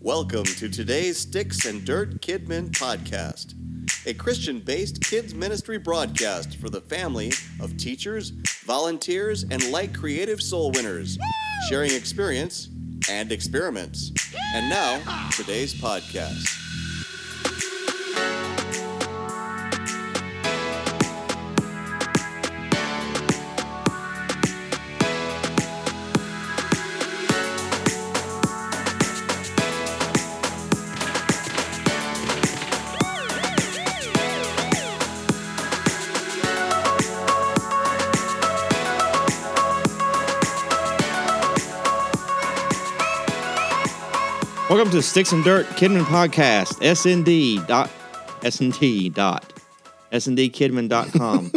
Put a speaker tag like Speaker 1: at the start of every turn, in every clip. Speaker 1: Welcome to today's Sticks and Dirt Kidmen podcast, a Christian based kids ministry broadcast for the family of teachers, volunteers, and like creative soul winners, sharing experience and experiments. And now, today's podcast.
Speaker 2: Welcome to Sticks and Dirt Kidman Podcast, SND dot SND dot SNDKidman.com.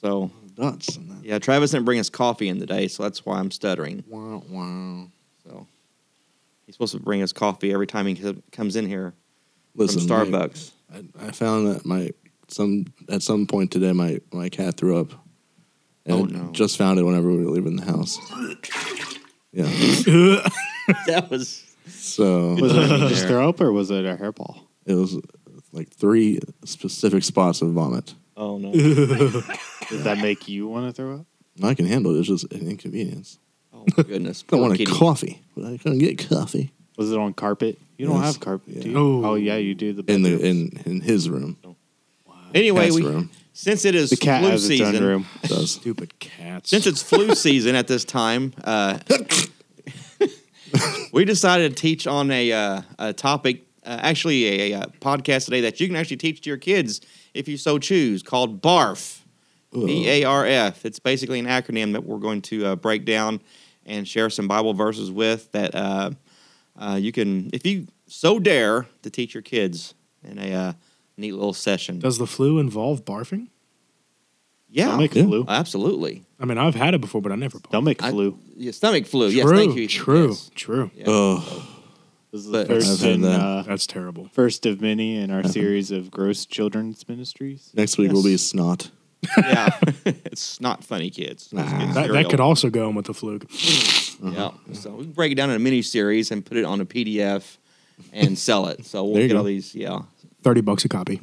Speaker 2: so
Speaker 3: nuts and that.
Speaker 2: yeah, Travis didn't bring us coffee in today, so that's why I'm stuttering.
Speaker 3: Wow, wow.
Speaker 2: So he's supposed to bring us coffee every time he co- comes in here
Speaker 3: Listen,
Speaker 2: from Starbucks.
Speaker 3: my- I, I found that my some at some point today my my cat threw up. And
Speaker 2: Oh,
Speaker 3: I
Speaker 2: no.
Speaker 3: Just found it whenever we were leaving the house. Yeah.
Speaker 2: that was
Speaker 3: So
Speaker 4: Was it just
Speaker 2: There.
Speaker 4: throw up or was it a hairball?
Speaker 3: it was like three specific spots of vomit.
Speaker 2: oh no.
Speaker 4: Does that make you want to throw up?
Speaker 3: I can handle it. It's just an inconvenience.
Speaker 2: Oh my goodness.
Speaker 3: I
Speaker 2: Poor
Speaker 3: wanted
Speaker 2: kitty.
Speaker 3: coffee, but I couldn't get coffee
Speaker 4: Was it on carpet? You don't
Speaker 3: Yes.
Speaker 4: have carpet, do
Speaker 3: Yeah.
Speaker 4: you?
Speaker 5: Oh.
Speaker 4: Oh, yeah, you do. The
Speaker 3: in the
Speaker 4: bedrooms.
Speaker 3: in in his room.
Speaker 2: Anyway,
Speaker 3: Cat's
Speaker 2: we,
Speaker 3: room
Speaker 2: since it is
Speaker 4: the cat
Speaker 2: flu
Speaker 4: has its
Speaker 2: season,
Speaker 4: own room.
Speaker 3: does.
Speaker 5: Stupid cats.
Speaker 2: since it's flu season at this time, uh, we decided to teach on a, uh, a topic, uh, actually a, a, uh, podcast today that you can actually teach to your kids if you so choose, called BARF. B A R F. It's basically an acronym that we're going to uh, break down and share some Bible verses with that uh, uh, you can, if you so dare, to teach your kids in a uh, neat little session.
Speaker 5: Does the flu involve barfing?
Speaker 2: yeah,
Speaker 4: Stomach
Speaker 3: Yeah.
Speaker 4: flu.
Speaker 2: absolutely.
Speaker 5: I mean, I've had it before, but I never barfed.
Speaker 4: Stomach
Speaker 2: I-
Speaker 4: flu.
Speaker 2: Yeah, stomach flu.
Speaker 5: True,
Speaker 2: Oh, yes, thank you. Ethan.
Speaker 5: true,
Speaker 2: Yes.
Speaker 5: true.
Speaker 2: Yeah.
Speaker 3: Oh,
Speaker 4: This is
Speaker 2: but-
Speaker 4: the first
Speaker 3: I've had
Speaker 4: in,
Speaker 3: that.
Speaker 4: uh,
Speaker 5: That's terrible.
Speaker 4: first of many in our series of gross children's ministries.
Speaker 3: next week will
Speaker 2: Yes.
Speaker 3: be snot.
Speaker 2: yeah, it's not funny, kids. Those
Speaker 3: Nah.
Speaker 2: kids
Speaker 3: That-
Speaker 5: That,
Speaker 2: cereal.
Speaker 5: that could also go in with the flu.
Speaker 2: Yeah, so we can break it down in a mini series and put it on a PDF and sell it. So we'll
Speaker 3: There you
Speaker 2: get
Speaker 3: go.
Speaker 2: all these, yeah,
Speaker 5: Thirty bucks a copy.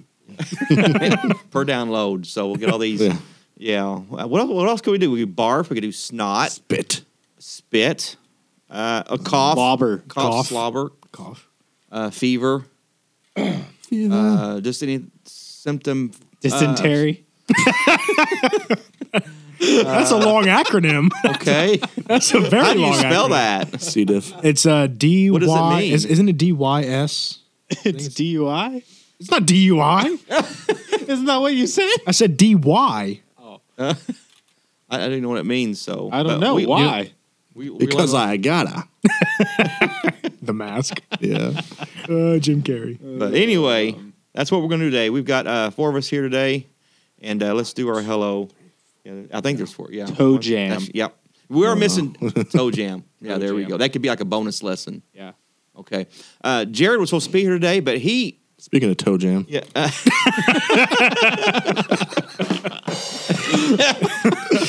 Speaker 2: per download. So we'll get all these.
Speaker 3: Yeah.
Speaker 2: yeah. Uh, What else, what else could we do? We could barf. We could do snot,
Speaker 3: Spit.
Speaker 2: spit, uh, a cough,
Speaker 4: Bobber.
Speaker 2: cough,
Speaker 5: Cough.
Speaker 2: slobber,
Speaker 5: Cough.
Speaker 2: uh, fever, uh, just any symptom.
Speaker 4: Dysentery.
Speaker 5: That's a long acronym.
Speaker 2: Uh, Okay.
Speaker 5: That's a very
Speaker 2: How do you
Speaker 5: long.
Speaker 2: spell
Speaker 5: acronym.
Speaker 2: that?
Speaker 3: C. diff.
Speaker 5: It's uh, D
Speaker 2: What does it
Speaker 5: Y.
Speaker 2: mean?
Speaker 5: Is, isn't it D Y S?
Speaker 4: it's DUI.
Speaker 5: It's not DUI.
Speaker 4: Isn't that what you said?
Speaker 5: I said D Y.
Speaker 2: I, I don't even know what it means. So
Speaker 4: I don't
Speaker 2: but
Speaker 4: know
Speaker 2: Uh, we-
Speaker 4: why.
Speaker 2: We, we,
Speaker 3: Because I gotta.
Speaker 5: The mask.
Speaker 3: Yeah.
Speaker 5: Uh, Jim Carrey.
Speaker 2: But anyway, that's what we're going to do today. We've got uh, four of us here today, and uh, let's do our hello. Yeah, I think there's four. Yeah,
Speaker 4: Toe jam. Oh.
Speaker 2: That's- yep, we are missing toe jam. Yeah,
Speaker 4: Toe
Speaker 2: there we
Speaker 4: jam.
Speaker 2: go. That could be like a bonus lesson.
Speaker 4: yeah.
Speaker 2: Okay, uh, Jared was supposed to be here today, but he
Speaker 3: Speaking of toe jam,
Speaker 2: yeah.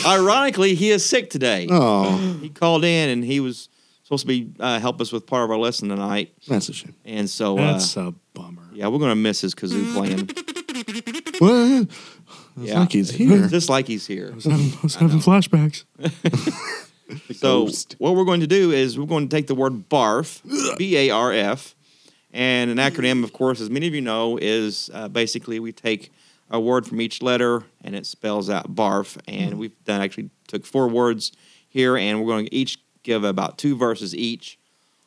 Speaker 2: Ironically, he is sick today.
Speaker 3: oh,
Speaker 2: He called in and he was supposed to be uh, help us with part of our lesson tonight,
Speaker 3: that's a shame.
Speaker 2: and so uh,
Speaker 5: That's a bummer.
Speaker 2: yeah, we're gonna miss his kazoo playing.
Speaker 3: What? like he's here.
Speaker 2: Just like he's here.
Speaker 5: I was having, I was having flashbacks.
Speaker 2: So
Speaker 4: ghost.
Speaker 2: what we're going to do is we're going to take the word BARF, B A R F, and an acronym, of course, as many of you know, is uh, basically we take a word from each letter and it spells out BARF.
Speaker 5: Hmm.
Speaker 2: And we've done actually took four words here, and we're going to each give about two verses each.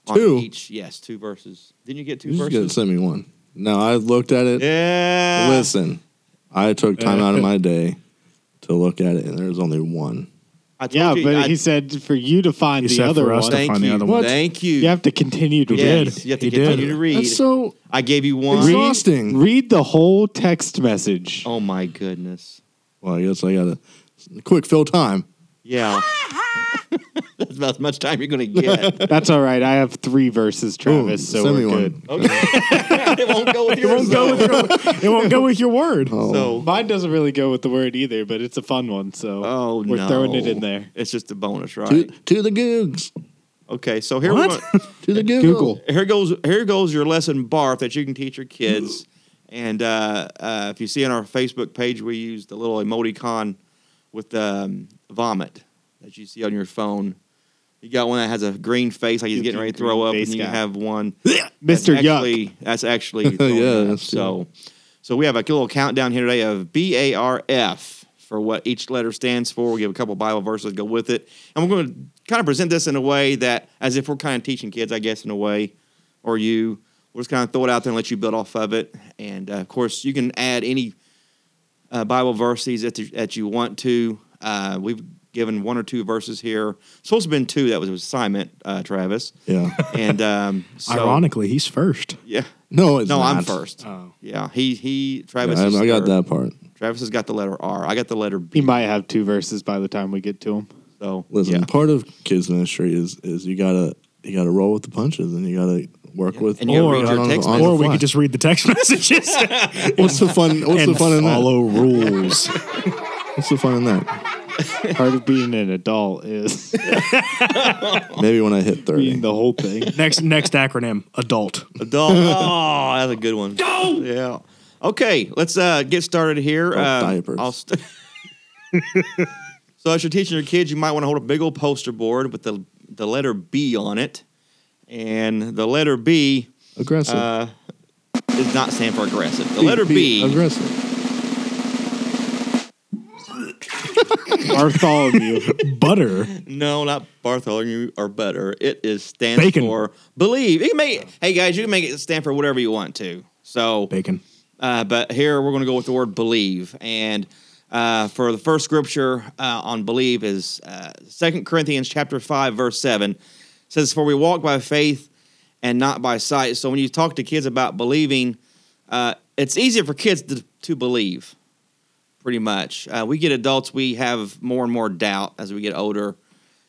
Speaker 2: on
Speaker 3: Two?
Speaker 2: each, yes, two verses. Didn't you get two
Speaker 3: You just gotta
Speaker 2: verses?
Speaker 3: send me one. No, I looked at it.
Speaker 2: Yeah.
Speaker 3: Listen, I took time out of my day to look at it, and there's only one.
Speaker 2: I told
Speaker 4: Yeah,
Speaker 2: you,
Speaker 4: but
Speaker 2: I-
Speaker 4: he said for you to find
Speaker 5: He
Speaker 4: the
Speaker 5: said
Speaker 4: other
Speaker 5: for us
Speaker 4: one,
Speaker 5: to-
Speaker 2: Thank
Speaker 5: find the
Speaker 2: you.
Speaker 5: other one.
Speaker 2: Thank you.
Speaker 4: you have to continue to read.
Speaker 2: Yes, you have to
Speaker 5: He did.
Speaker 2: continue to read.
Speaker 3: That's so
Speaker 2: I gave you one.
Speaker 3: Read. Exhausting.
Speaker 4: Read the whole text message.
Speaker 2: Oh my goodness.
Speaker 3: well. I guess I gotta quick fill time.
Speaker 2: Yeah. That's about as much time you're going to get.
Speaker 4: That's all right. I have three verses, Travis,
Speaker 3: Boom,
Speaker 4: so we're good.
Speaker 2: it won't go with your
Speaker 5: Won't go with your, it won't go with your word.
Speaker 2: So,
Speaker 4: Mine doesn't really go with the word either, but it's a fun one, so
Speaker 2: oh
Speaker 4: we're
Speaker 2: no.
Speaker 4: throwing it in there.
Speaker 2: It's just a bonus, right?
Speaker 3: To, to the googs.
Speaker 2: Okay, so here
Speaker 5: What?
Speaker 2: we
Speaker 3: To the Google.
Speaker 4: Google.
Speaker 2: here goes here goes your lesson barf that you can teach your kids. And uh, uh, if you see on our Facebook page, we use the little emoticon with um, vomit that you see on your phone. You got one that has a green face, like he's
Speaker 4: Cute
Speaker 2: getting ready to
Speaker 4: green
Speaker 2: throw up, and
Speaker 4: face
Speaker 2: you
Speaker 4: guy.
Speaker 2: have one that's
Speaker 4: Mr. Yuck.
Speaker 2: Actually, that's actually throwing
Speaker 3: Yeah,
Speaker 2: up.
Speaker 3: that's-
Speaker 2: so. So we have a little countdown here today of B A R F for what each letter stands for. We give a couple Bible verses go with it, and we're going to kind of present this in a way that, as if we're kind of teaching kids, I guess, in a way, or you. We'll just kind of throw it out there and let you build off of it. And uh, of course, you can add any uh, Bible verses that, that you want to. Uh, we've given one or two verses here. Supposed to have been two. That was an assignment, uh, Travis.
Speaker 3: Yeah.
Speaker 2: And um, so-
Speaker 5: Ironically, he's first.
Speaker 2: Yeah.
Speaker 3: No, it's
Speaker 2: No, I'm
Speaker 3: not.
Speaker 2: first.
Speaker 5: Oh.
Speaker 2: Yeah, he he.
Speaker 3: Yeah,
Speaker 2: Travis.
Speaker 3: I,
Speaker 2: is
Speaker 3: I got
Speaker 2: third.
Speaker 3: that part.
Speaker 2: Travis has got the letter R. I got the letter B.
Speaker 4: He might have two verses by the time we get to him.
Speaker 2: So
Speaker 3: Listen,
Speaker 2: yeah.
Speaker 3: part of kids ministry is is you gotta you gotta roll with the punches and you gotta work with
Speaker 2: and you gotta read your
Speaker 3: on-
Speaker 2: text
Speaker 3: on the
Speaker 5: Or we
Speaker 3: fly.
Speaker 5: could just read the text messages
Speaker 3: what's the fun what's the
Speaker 5: and
Speaker 3: fun in that?
Speaker 5: follow rules.
Speaker 3: What's the fun in that?
Speaker 4: Part of being an adult is
Speaker 3: Maybe when I hit
Speaker 4: reading
Speaker 3: thirty.
Speaker 4: the whole thing.
Speaker 5: next next acronym, adult.
Speaker 2: adult. Oh, that's a good one. Go. Yeah. Okay, let's uh, get started here.
Speaker 3: Oh,
Speaker 2: Uh,
Speaker 3: diapers.
Speaker 2: I'll st- so as you're teaching your kids, you might want to hold a big old poster board with the the letter B on it, and the letter B
Speaker 3: Aggressive.
Speaker 2: uh, does not stand for aggressive. The letter
Speaker 3: Be-
Speaker 2: B.
Speaker 3: be Aggressive.
Speaker 4: Bartholomew.
Speaker 5: Butter.
Speaker 2: No, not Bartholomew or butter. It is stands
Speaker 5: Bacon.
Speaker 2: for believe. You can make it, hey guys, you can make it stand for whatever you want to. So,
Speaker 5: Bacon.
Speaker 2: uh, but here we're going to go with the word believe, and uh, for the first scripture uh, on believe is uh, Second Corinthians chapter five verse seven It says, "For we walk by faith and not by sight." So when you talk to kids about believing, uh, it's easier for kids to, to believe pretty much. Uh, we get adults, we have more and more doubt as we get older,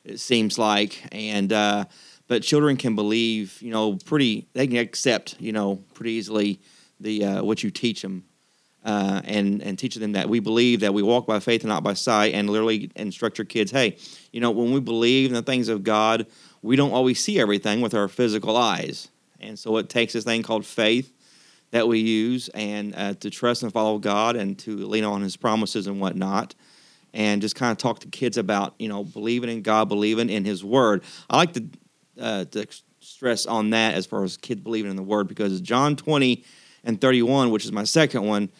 Speaker 2: it seems like. And, uh, but children can believe, you know, pretty, they can accept, you know, pretty easily the, uh, what you teach them. Uh, and and teaching them that we believe that we walk by faith and not by sight, and literally instruct your kids, hey, you know, when we believe in the things of God, we don't always see everything with our physical eyes, and so it takes this thing called faith, that we use and uh, to trust and follow God and to lean on His promises and whatnot. And just kind of talk to kids about, you know, believing in God, believing in His Word. I like to, uh, to stress on that as far as kids believing in the Word because John 20 and 31, which is my second one,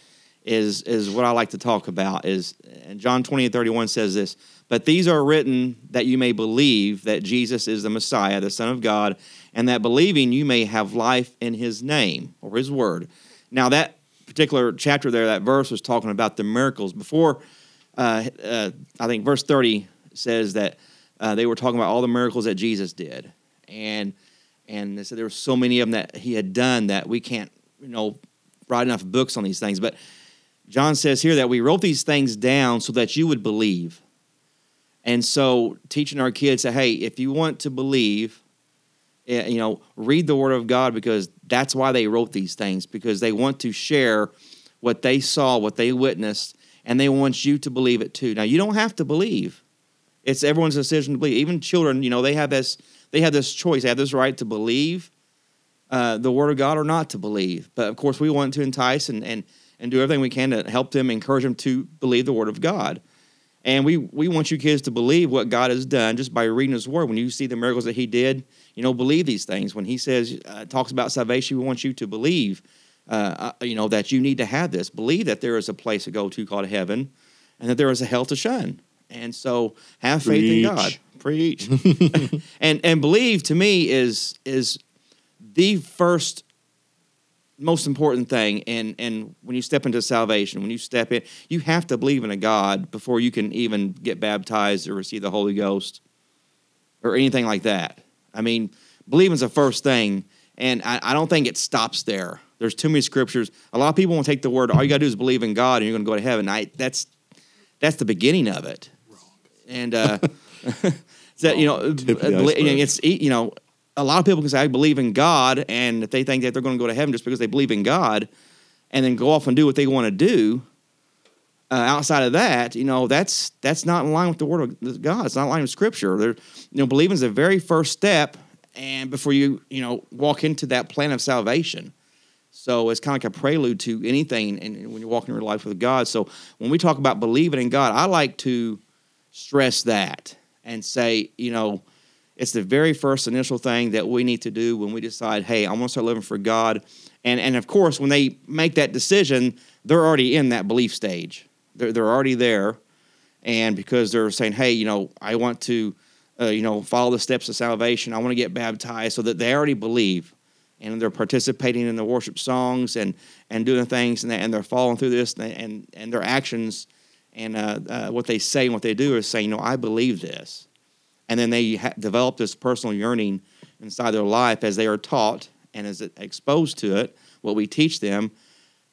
Speaker 2: is, is what I like to talk about. Is and John 20 and 31 says this, but these are written that you may believe that Jesus is the Messiah, the Son of God, and that believing you may have life in his name or his word. Now, that particular chapter there, that verse was talking about the miracles. Before, uh, uh, I think verse 30 says that uh, they were talking about all the miracles that Jesus did. And and they said there were so many of them that he had done that we can't, you know, write enough books on these things. But John says here that we wrote these things down so that you would believe. And so teaching our kids that, hey, if you want to believe, eh, you know, read the word of God because that's why they wrote these things, because they want to share what they saw, what they witnessed, and they want you to believe it too. Now you don't have to believe. It's everyone's decision to believe. Even children, you know, they have this they have this choice, they have this right to believe uh, the word of God or not to believe. But of course, we want to entice and and and do everything we can to help them, encourage them to believe the word of God. And we we want you kids to believe what God has done just by reading His Word. When you see the miracles that He did, you know, believe these things. When He says uh, talks about salvation, we want you to believe, uh, uh, you know, that you need to have this. Believe that there is a place to go to called heaven, and that there is a hell to shun. And so, have faith in God. Preach. and and believe to me is is the first most important thing and and when you step into salvation when you step in you have to believe in a god before you can even get baptized or receive the holy ghost or anything like that i mean believing's the first thing and I, I don't think it stops there there's too many scriptures a lot of people won't take the word all you gotta do is believe in god and you're gonna go to heaven I, that's that's the beginning of it and uh that you know
Speaker 3: Tip of the
Speaker 2: uh, belie-
Speaker 3: iceberg.
Speaker 2: it's you know a lot of people can say i believe in god and if they think that they're going to go to heaven just because they believe in god and then go off and do what they want to do uh, outside of that, you know, that's that's not in line with the word of God. It's not in line with Scripture. There, you know, believing is the very first step, and before you you know walk into that plan of salvation. So it's kind of like a prelude to anything, and when you're walking your life with God. So when we talk about believing in God, I like to stress that and say, you know, it's the very first initial thing that we need to do when we decide, hey, I'm going to start living for God. And and of course, when they make that decision, they're already in that belief stage. They're they're already there, and because they're saying, hey, you know, I want to, uh, you know, follow the steps of salvation. I want to get baptized, so that they already believe. And they're participating in the worship songs and, and doing things and, they, and they're following through this and, and, and their actions and uh, uh, what they say and what they do is saying, you know, I believe this and then they ha- develop this personal yearning inside their life as they are taught and as exposed to it what we teach them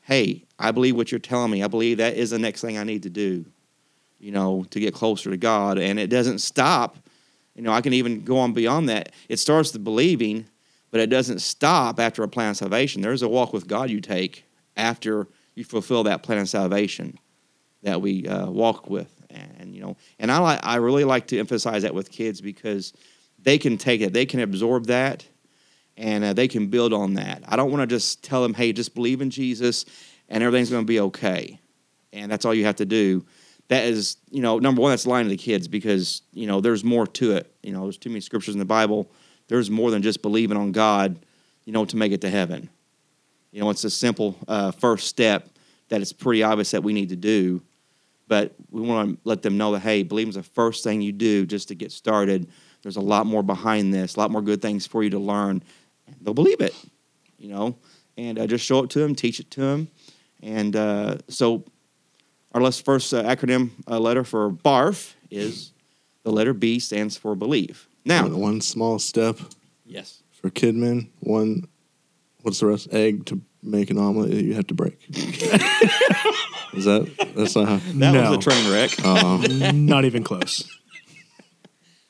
Speaker 2: hey i believe what you're telling me i believe that is the next thing i need to do you know to get closer to god and it doesn't stop you know i can even go on beyond that it starts the believing but it doesn't stop after a plan of salvation there's a walk with god you take after you fulfill that plan of salvation that we uh, walk with, and, you know, and I like I really like to emphasize that with kids because they can take it, they can absorb that, and uh, they can build on that. I don't want to just tell them, hey, just believe in Jesus, and everything's going to be okay, and that's all you have to do. That is, you know, number one, that's lying to the kids because you know there's more to it. You know, there's too many scriptures in the Bible. There's more than just believing on God, you know, to make it to heaven. You know, it's a simple uh, first step that it's pretty obvious that we need to do but we want to let them know that hey, believing is the first thing you do just to get started. There's a lot more behind this, a lot more good things for you to learn. They'll believe it, you know, and uh, just show it to them, teach it to them, and uh, so our last first uh, acronym uh, letter for BARF is the letter B stands for believe. Now,
Speaker 3: One small step
Speaker 2: yes,
Speaker 3: for Kidman. One, what's the rest? Egg to make an omelet that you have to break. Is that? That's not how.
Speaker 2: that
Speaker 5: No.
Speaker 2: was a train wreck.
Speaker 3: Oh.
Speaker 5: Not even close.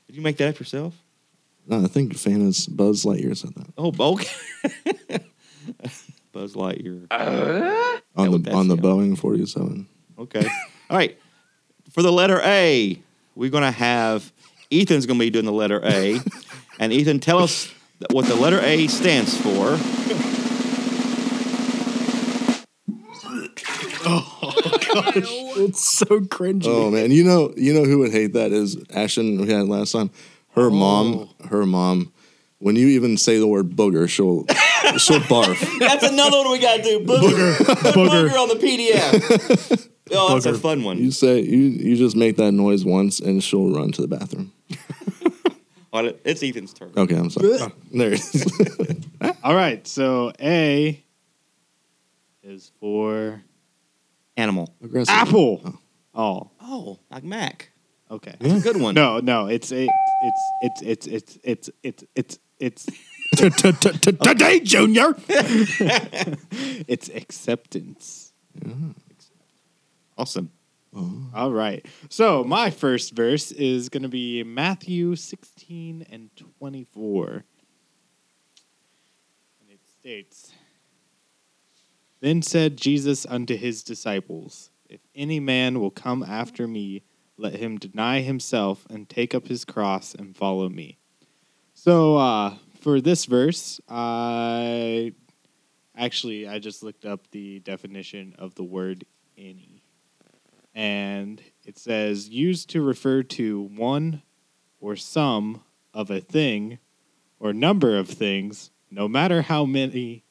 Speaker 2: Did you make that up yourself?
Speaker 3: no, I think Fana's Buzz Lightyear said that
Speaker 2: Oh, okay. Buzz Lightyear.
Speaker 3: on
Speaker 2: Yeah,
Speaker 3: the
Speaker 2: that's
Speaker 3: on the
Speaker 2: him.
Speaker 3: Boeing 47.
Speaker 2: Okay. All right. For the letter A, we're going to have Ethan's going to be doing the letter A. and Ethan, tell us what the letter A stands for.
Speaker 5: It's so cringy.
Speaker 3: Oh man, you know you know who would hate that is Ashton we had last time. Her mom,
Speaker 2: Oh.
Speaker 3: her mom. When you even say the word booger, she'll she'll barf.
Speaker 2: That's another one we got to do. Booger. Put
Speaker 5: Booger.
Speaker 2: on the PDF. Oh, that's a
Speaker 5: Booger.
Speaker 2: fun
Speaker 3: You
Speaker 2: one.
Speaker 3: say you you just make that noise once, and she'll run to the bathroom.
Speaker 2: All right, It's Ethan's turn.
Speaker 4: Oh.
Speaker 3: Okay, I'm sorry. Oh, There it is.
Speaker 4: All right, so A is for
Speaker 2: Animal.
Speaker 3: Aggressive.
Speaker 4: apple. Oh,
Speaker 2: Oh, like Mac.
Speaker 4: okay.
Speaker 2: Good one.
Speaker 4: No, no, it's a, it's it's it's it's it's it's it's
Speaker 5: Today, Junior.
Speaker 4: it's acceptance.
Speaker 2: Awesome.
Speaker 4: All right. So my first verse is going to be Matthew 16 and 24. And it states Then said Jesus unto his disciples, If any man will come after me, let him deny himself and take up his cross and follow me. So uh, for this verse, I actually I just looked up the definition of the word any and it says used to refer to one or some of a thing or number of things, no matter how many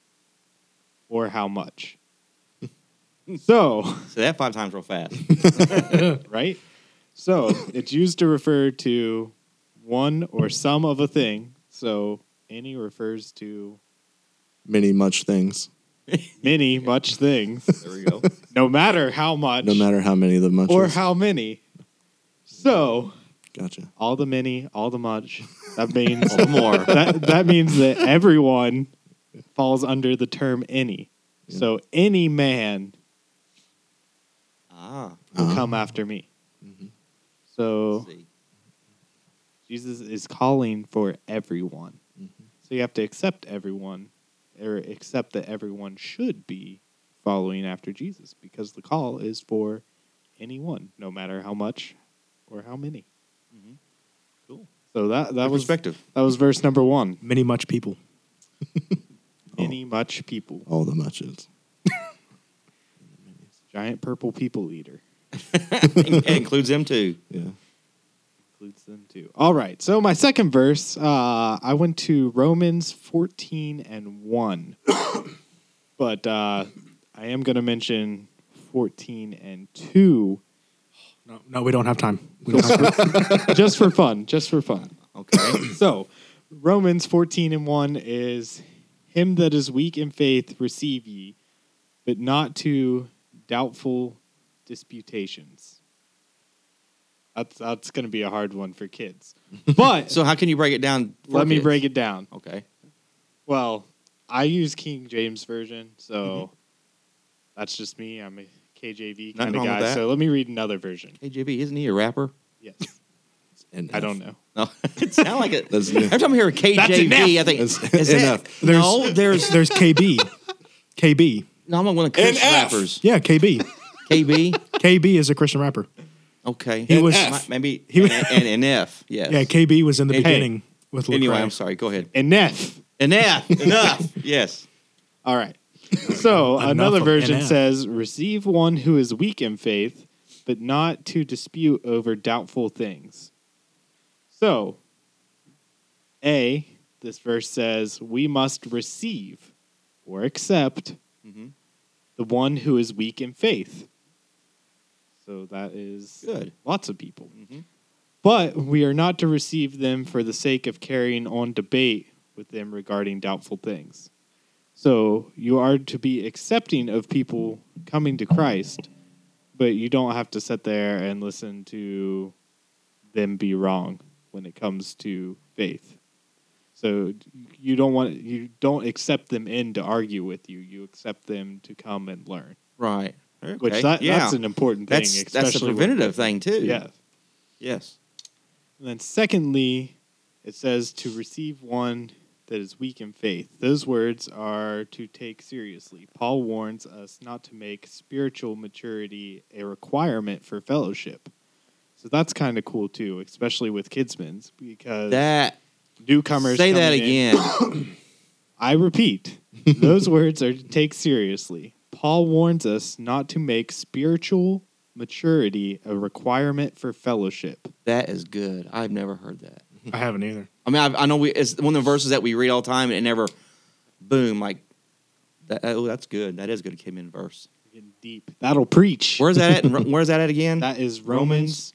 Speaker 4: or how much. so,
Speaker 2: Say that five times real fast.
Speaker 4: right? So, it's used to refer to one or some of a thing. So, any refers to
Speaker 3: Many much things.
Speaker 4: many, much things,
Speaker 2: There we go.
Speaker 4: no matter how much
Speaker 3: No matter how many of the much. Mm-hmm.
Speaker 4: or how many. So,
Speaker 3: Gotcha.
Speaker 4: all the many, all the much. That means
Speaker 2: All the more.
Speaker 4: That that means that everyone falls under the term any. So any man
Speaker 2: Ah.
Speaker 4: will
Speaker 3: Uh-huh.
Speaker 4: come after me.
Speaker 3: Mhm.
Speaker 4: So
Speaker 2: Mm-hmm. let's see.
Speaker 4: Jesus is calling for everyone.
Speaker 2: Mm-hmm.
Speaker 4: So you have to accept everyone, or accept that everyone should be following after Jesus because the call is for anyone, no matter how much or how many.
Speaker 2: Mm-hmm. Cool.
Speaker 4: So that that
Speaker 2: Good
Speaker 4: was
Speaker 2: perspective.
Speaker 4: that was verse number one.
Speaker 5: Many much people.
Speaker 4: Many much people,
Speaker 3: All the matches.
Speaker 4: giant purple people eater
Speaker 2: it includes them too.
Speaker 3: Yeah.
Speaker 4: includes them too. All right. So my second verse, uh, I went to Romans fourteen and one, but uh, I am going to mention fourteen and two
Speaker 5: No, no, we don't have time. We don't have time.
Speaker 4: just for fun. Just for fun.
Speaker 2: Okay.
Speaker 4: so romans 14 and 1 is him that is weak in faith receive ye but not to doubtful disputations that's that's going to be a hard one for kids but
Speaker 2: so how can you break it down? for
Speaker 4: let me
Speaker 2: kids?
Speaker 4: break it down
Speaker 2: Okay.
Speaker 4: well i use king james version so that's just me i'm a kjv
Speaker 2: Mm-hmm. Nothing
Speaker 4: kind of
Speaker 2: wrong with
Speaker 4: guy
Speaker 2: that.
Speaker 4: so let me read another version
Speaker 2: Hey JB, isn't he a rapper?
Speaker 4: yes
Speaker 3: And
Speaker 4: i don't know
Speaker 2: No, it sounded like it.
Speaker 3: That's-
Speaker 2: every time I hear a KJV, I think
Speaker 3: That's
Speaker 2: is that-
Speaker 3: enough.
Speaker 2: no, there's
Speaker 5: There's KB. KB.
Speaker 2: no. I'm one of the Christian
Speaker 3: NF.
Speaker 2: rappers.
Speaker 5: Yeah, KB.
Speaker 2: KB.
Speaker 5: KB is a Christian rapper.
Speaker 2: Okay.
Speaker 5: He was-
Speaker 2: Mi- maybe he
Speaker 5: He was-
Speaker 2: was, and, and NF. Yes.
Speaker 5: Yeah, KB was in the
Speaker 2: Hey.
Speaker 5: beginning with Lecrae.
Speaker 2: anyway, I'm sorry. Go ahead.
Speaker 4: enough
Speaker 2: Enough. Enough. yes.
Speaker 4: All right. So
Speaker 5: Enough
Speaker 4: another
Speaker 5: of
Speaker 4: version
Speaker 5: NF.
Speaker 4: says, receive one who is weak in faith, but not to dispute over doubtful things. So, A, this verse says, we must receive or accept
Speaker 5: Mm-hmm.
Speaker 2: Mhm.
Speaker 4: the one who is weak in faith. So that is
Speaker 2: Good.
Speaker 4: lots of people.
Speaker 2: Mhm.
Speaker 4: But we are not to receive them for the sake of carrying on debate with them regarding doubtful things. So you are to be accepting of people coming to Christ, but you don't have to sit there and listen to them be wrong when it comes to faith. So you don't want you don't accept them in to argue with you. You accept them to come and learn,
Speaker 2: Right.
Speaker 4: which
Speaker 2: Okay.
Speaker 4: that,
Speaker 2: yeah.
Speaker 4: that's an important thing.
Speaker 2: that's that's a
Speaker 4: especially with-
Speaker 2: preventative thing too.
Speaker 4: Yeah.
Speaker 2: Yes.
Speaker 4: And then, secondly, it says to receive one that is weak in faith. Those words are to take seriously. Paul warns us not to make spiritual maturity a requirement for fellowship. So that's kind of cool too, especially with kidsmen's because
Speaker 2: That.
Speaker 4: newcomers
Speaker 2: say that
Speaker 4: coming in-
Speaker 2: again.
Speaker 4: I repeat, those words are to take seriously. Paul warns us not to make spiritual maturity a requirement for fellowship.
Speaker 2: that is good. I've never heard that.
Speaker 5: I haven't either.
Speaker 2: I mean, i I know we, it's one of the verses that we read all the time, and it never, boom, like, that, oh, that's good. That is good. It came in verse.
Speaker 4: Getting deep. That'll preach.
Speaker 2: Where's that at? And where's that at again?
Speaker 4: That is Romans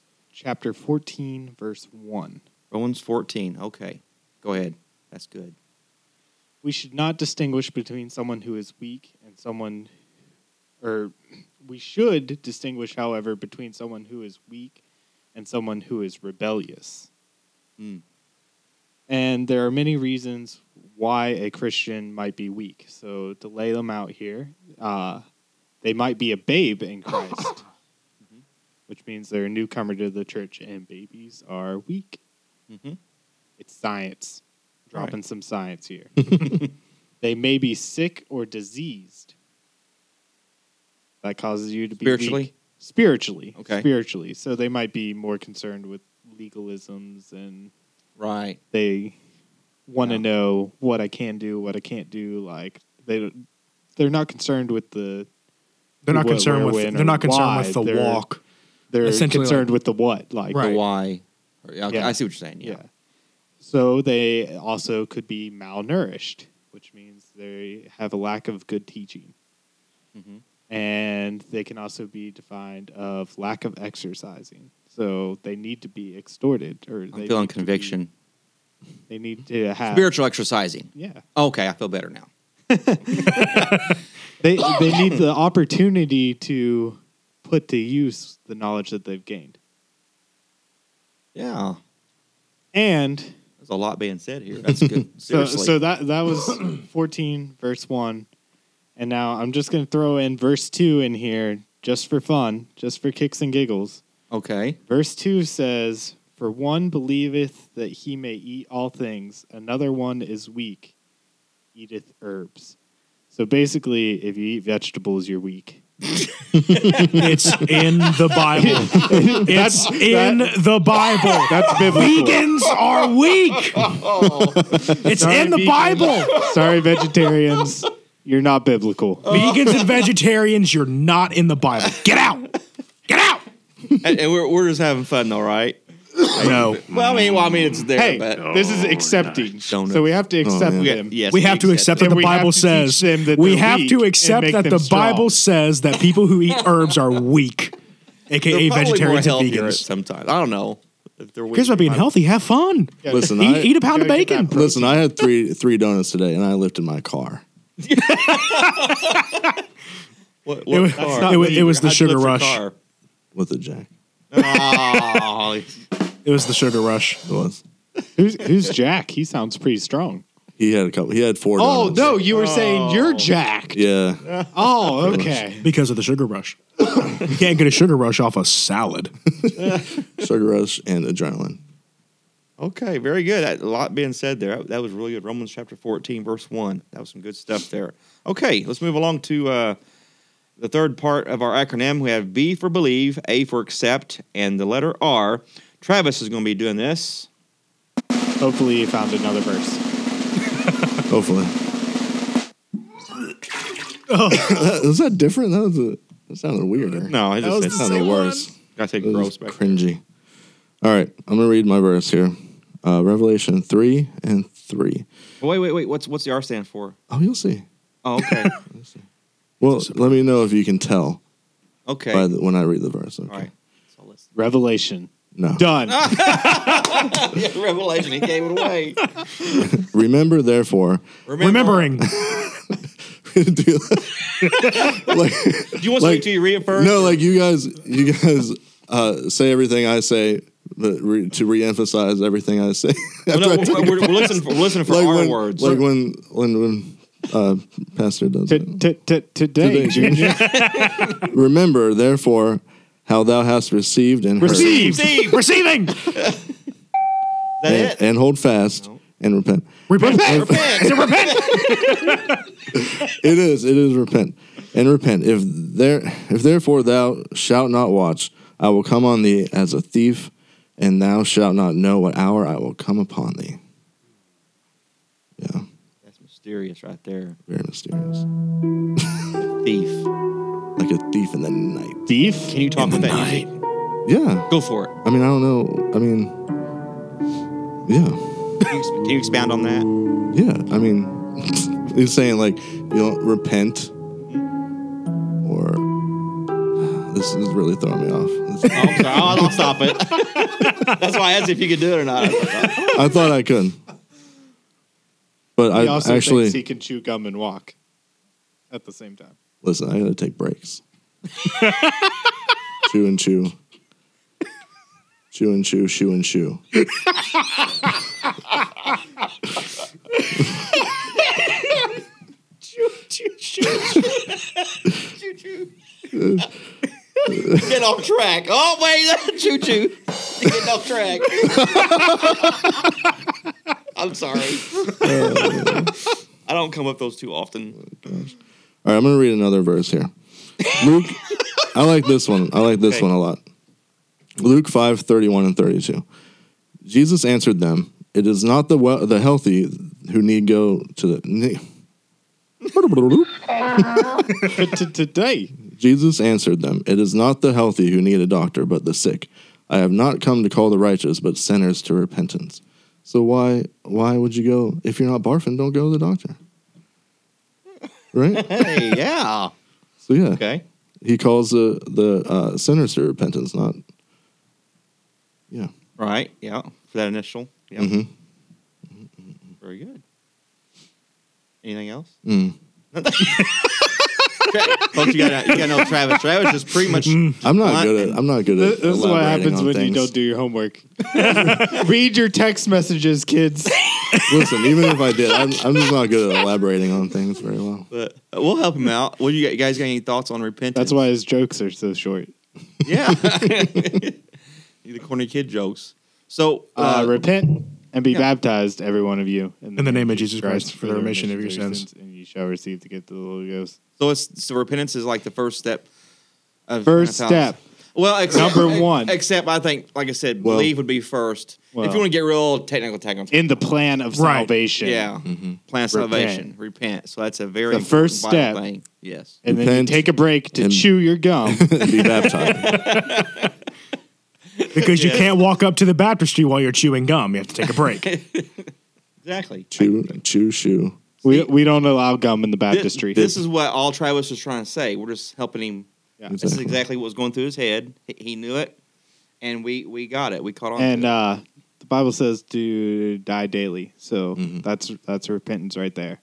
Speaker 2: Romans.
Speaker 4: chapter 14, verse 1.
Speaker 2: Romans 14. Okay. Go ahead. That's good.
Speaker 4: We should not distinguish between someone who is weak and someone, or we should distinguish, however, between someone who is weak and someone who is rebellious.
Speaker 2: Mm.
Speaker 4: And there are many reasons why a Christian might be weak. So to lay them out here, uh, they might be a babe in Christ, which means they're a newcomer to the church, and babies are weak.
Speaker 2: Mhm.
Speaker 4: It's science. Dropping some science here. they may be sick or diseased. That causes you to be weak.
Speaker 2: Spiritually?
Speaker 4: Spiritually.
Speaker 2: Okay.
Speaker 4: Spiritually. So they might be more concerned with legalisms and
Speaker 2: Right.
Speaker 4: they want to
Speaker 2: Yeah.
Speaker 4: know what I can do, what I can't do. Like they, don't- they're not concerned with the.
Speaker 5: They're not
Speaker 4: What,
Speaker 5: concerned
Speaker 4: where,
Speaker 5: with.
Speaker 4: when,
Speaker 5: They're
Speaker 4: or
Speaker 5: not concerned
Speaker 4: why.
Speaker 5: with the
Speaker 4: They're-
Speaker 5: walk.
Speaker 4: They're
Speaker 5: Essentially, like-
Speaker 4: concerned with the what, like
Speaker 5: Right.
Speaker 2: The why. Or- okay,
Speaker 4: Yeah.
Speaker 2: I see what you're saying. Yeah.
Speaker 4: yeah. So they also could be malnourished, which means they have a lack of good teaching,
Speaker 2: Mhm.
Speaker 4: and they can also be defined of lack of exercising. So they need to be extorted, or
Speaker 2: I'm
Speaker 4: they
Speaker 2: feeling
Speaker 4: need to be-
Speaker 2: conviction.
Speaker 4: they need to have
Speaker 2: Spiritual exercising.
Speaker 4: Yeah.
Speaker 2: Okay, I feel better now.
Speaker 4: they they need the opportunity to put to use the knowledge that they've gained.
Speaker 2: Yeah.
Speaker 4: And
Speaker 2: There's a lot being said here. That's good.
Speaker 4: so,
Speaker 2: Seriously.
Speaker 4: so that that was 14 verse 1. And now I'm just going to throw in verse 2 in here just for fun, just for kicks and giggles.
Speaker 2: okay.
Speaker 4: Verse 2 says, "For one believeth that he may eat all things, another one is weak, eateth herbs." So basically, if you eat vegetables, you're weak.
Speaker 5: It's in the Bible. It's in the Bible.
Speaker 4: That's biblical.
Speaker 5: Vegans are weak. Oh. It's
Speaker 4: Sorry,
Speaker 5: in the
Speaker 4: vegans.
Speaker 5: Bible.
Speaker 4: Sorry, vegetarians. You're not biblical.
Speaker 5: Vegans and vegetarians, you're not in the Bible. Get out. Get out.
Speaker 2: and, and we're, we're just having fun, though, right?
Speaker 5: No.
Speaker 2: Well, I mean, well, I mean, it's there,
Speaker 4: Hey,
Speaker 2: but
Speaker 4: this is accepting.
Speaker 2: Donuts.
Speaker 4: So we have to accept
Speaker 3: yeah.
Speaker 2: Yeah,
Speaker 4: them.
Speaker 2: yes,
Speaker 5: we have to accept that
Speaker 4: And
Speaker 5: the
Speaker 4: we have
Speaker 5: Bible
Speaker 4: to teach
Speaker 5: says
Speaker 4: them that
Speaker 5: we
Speaker 4: they're
Speaker 5: have
Speaker 4: weak
Speaker 5: to
Speaker 4: and
Speaker 5: accept
Speaker 4: make
Speaker 5: that
Speaker 4: them
Speaker 5: the
Speaker 4: strong.
Speaker 5: Bible says that people who eat herbs are weak, aka
Speaker 2: They're probably
Speaker 5: vegetarians
Speaker 2: more
Speaker 5: and
Speaker 2: healthier
Speaker 5: vegans.
Speaker 2: sometimes. I don't know. If they're
Speaker 5: Here's about being healthy. Have fun.
Speaker 3: Listen,
Speaker 5: eat,
Speaker 3: I-
Speaker 5: eat a pound of
Speaker 4: Gotta get
Speaker 5: bacon.
Speaker 4: that
Speaker 3: Listen, I had three three donuts today, and I lifted my car.
Speaker 2: What,
Speaker 5: It
Speaker 2: what
Speaker 5: was-
Speaker 2: car?
Speaker 5: it was- it was the
Speaker 2: How'd you
Speaker 5: sugar
Speaker 2: lift your
Speaker 5: rush.
Speaker 2: car?
Speaker 3: with a jack.
Speaker 2: Oh,
Speaker 5: It was the sugar rush.
Speaker 3: It was.
Speaker 4: Who's, who's Jack? He sounds pretty strong.
Speaker 3: He had a couple. He had four.
Speaker 4: Oh
Speaker 3: donuts.
Speaker 4: no, you were saying
Speaker 5: Oh.
Speaker 4: you're Jack.
Speaker 3: Yeah,
Speaker 4: Oh, okay.
Speaker 5: Because of the sugar rush. you can't get a sugar rush off a salad.
Speaker 3: sugar rush and adrenaline.
Speaker 2: okay, very good. That- A lot being said there. That was really good. Romans chapter 14, verse 1. That was some good stuff there. Okay, let's move along to uh, the third part of our acronym. We have B for believe, A for accept, and the letter R. Travis is going to be doing this.
Speaker 4: Hopefully, you found another verse.
Speaker 3: Hopefully.
Speaker 4: Oh.
Speaker 3: is that different? That was a, that sounded weirder.
Speaker 2: No, I just
Speaker 5: was
Speaker 2: said
Speaker 3: that sounded
Speaker 5: the same
Speaker 3: worse.
Speaker 2: I said
Speaker 3: It was
Speaker 2: gross. back.
Speaker 3: cringy. All right, I'm gonna read my verse here. Uh, Revelation three and three.
Speaker 2: Wait, wait, wait. What's what's the R stand for?
Speaker 3: Oh, you'll see.
Speaker 2: Oh, okay,
Speaker 3: Well, let me know if you can tell
Speaker 2: okay.
Speaker 3: by the, when I read the verse. Okay.
Speaker 2: All right. That's all this-
Speaker 4: Revelation.
Speaker 3: No.
Speaker 4: Done.
Speaker 2: Revelation. He gave it away.
Speaker 3: Remember, therefore.
Speaker 5: Remembering.
Speaker 3: do that. like,
Speaker 2: Do you want to
Speaker 3: Like-
Speaker 2: wait till you read it first?
Speaker 3: No, like you guys, you guys uh, say everything I say, but re- to reemphasize everything I say.
Speaker 2: Well, Oh, no, we're, we're, we're listening for, we're listening for
Speaker 3: like
Speaker 2: our
Speaker 3: when,
Speaker 2: words.
Speaker 3: like when, when, when uh, Pastor does.
Speaker 4: T-
Speaker 3: it.
Speaker 4: t- t- Today,
Speaker 3: Today,
Speaker 4: Junior.
Speaker 3: Remember, therefore, how thou hast received and heard,
Speaker 5: Receive.
Speaker 2: Receive.
Speaker 5: Receiving.
Speaker 2: Is that
Speaker 3: and,
Speaker 2: it?
Speaker 3: and hold fast and repent.
Speaker 5: Repent.
Speaker 2: Repent.
Speaker 3: It is, it is repent and repent. If there, if therefore thou shalt not watch, I will come on thee as a thief, and thou shalt not know what hour I will come upon thee. Yeah.
Speaker 2: That's mysterious right there.
Speaker 3: Very mysterious.
Speaker 2: Thief.
Speaker 3: Like a thief in the night.
Speaker 4: Thief.
Speaker 2: Can you talk with that music?
Speaker 3: Yeah.
Speaker 2: Go for it.
Speaker 3: I mean, I don't know. I mean, yeah.
Speaker 2: Can you, ex- can you expound on that?
Speaker 3: Yeah. I mean, he's saying, like, you don't repent or. This is really throwing me off. This-
Speaker 2: Oh, I'm sorry. I'll, I'll stop it. That's why I asked if you could do it or not.
Speaker 3: I thought I could. But
Speaker 4: He
Speaker 3: I
Speaker 4: also
Speaker 3: actually.
Speaker 4: thinks he can chew gum and walk at the same time.
Speaker 3: Listen, I gotta take breaks. chew and chew. Chew and chew, chew and chew.
Speaker 2: Get off track. Oh, wait. That's choo choo. Getting off track. I'm sorry. I don't come up those too often.
Speaker 3: All right, I'm going to read another verse here. Luke, I like this one. I like this
Speaker 2: Okay.
Speaker 3: one a lot. Luke 5, 31 and 32. Jesus answered them, It is not the, well, the healthy who need go to the. ne-"
Speaker 4: But t- today,
Speaker 3: Jesus answered them, It is not the healthy who need a doctor, but the sick. I have not come to call the righteous, but sinners to repentance. So why why would you go if you're not barfing? Don't go to the doctor, right?
Speaker 2: Hey, yeah.
Speaker 3: So yeah,
Speaker 2: Okay.
Speaker 3: he calls the the uh, sinners to repentance, not yeah.
Speaker 2: Right. Yeah. For that initial. Yeah.
Speaker 3: Mhm.
Speaker 2: Very good. Anything else?
Speaker 3: Mm.
Speaker 2: Folks, you gotta, you gotta know Travis. Travis is pretty much.
Speaker 3: I'm not
Speaker 2: Well,
Speaker 3: good at I'm not good
Speaker 4: this,
Speaker 3: at.
Speaker 4: this is what
Speaker 3: elaborating
Speaker 4: happens
Speaker 3: on
Speaker 4: when you
Speaker 3: things.
Speaker 4: don't do your homework. Read your text messages, kids.
Speaker 3: Listen, even if I did, I'm, I'm just not good at elaborating on things very well.
Speaker 2: But we'll help him out. What do you guys got? Any thoughts on repentance?
Speaker 4: That's why his jokes are so short.
Speaker 2: Yeah. the corny kid jokes. So
Speaker 4: Uh,
Speaker 2: uh,
Speaker 4: repent and be
Speaker 2: yeah.
Speaker 4: baptized, every one of you,
Speaker 5: In the name of Jesus Christ, for the remission of your sins.
Speaker 4: and you shall receive the gift of the Holy Ghost.
Speaker 2: So it's so repentance is like the first step. Of
Speaker 4: First
Speaker 2: repentance.
Speaker 4: step.
Speaker 2: Well, except,
Speaker 4: Number one.
Speaker 2: Except I think, like I said,
Speaker 3: Well-
Speaker 2: believe would be first.
Speaker 4: Well.
Speaker 2: if you want to get real technical, tag on
Speaker 4: in the plan of
Speaker 5: Right.
Speaker 4: salvation.
Speaker 2: yeah, plan of salvation, repent. So that's a very
Speaker 4: The first
Speaker 2: important vital
Speaker 4: step.
Speaker 2: Thing. Yes.
Speaker 4: And then
Speaker 3: Repent
Speaker 4: you take a break to
Speaker 3: and-
Speaker 4: chew your gum.
Speaker 3: be baptized.
Speaker 5: because
Speaker 2: Yeah.
Speaker 5: you can't walk up to the baptistry while you're chewing gum. You have to take a break.
Speaker 2: Exactly.
Speaker 3: chew, chew, shoe.
Speaker 4: we, we don't allow gum in the baptistry.
Speaker 2: This, is what all Travis was trying to say. We're just helping him.
Speaker 4: Yeah.
Speaker 2: This is exactly what was going through his head. He, he knew it, and we we got it. We caught on. to
Speaker 4: and
Speaker 2: it.
Speaker 4: uh, the Bible says to die daily. So that's that's repentance right there.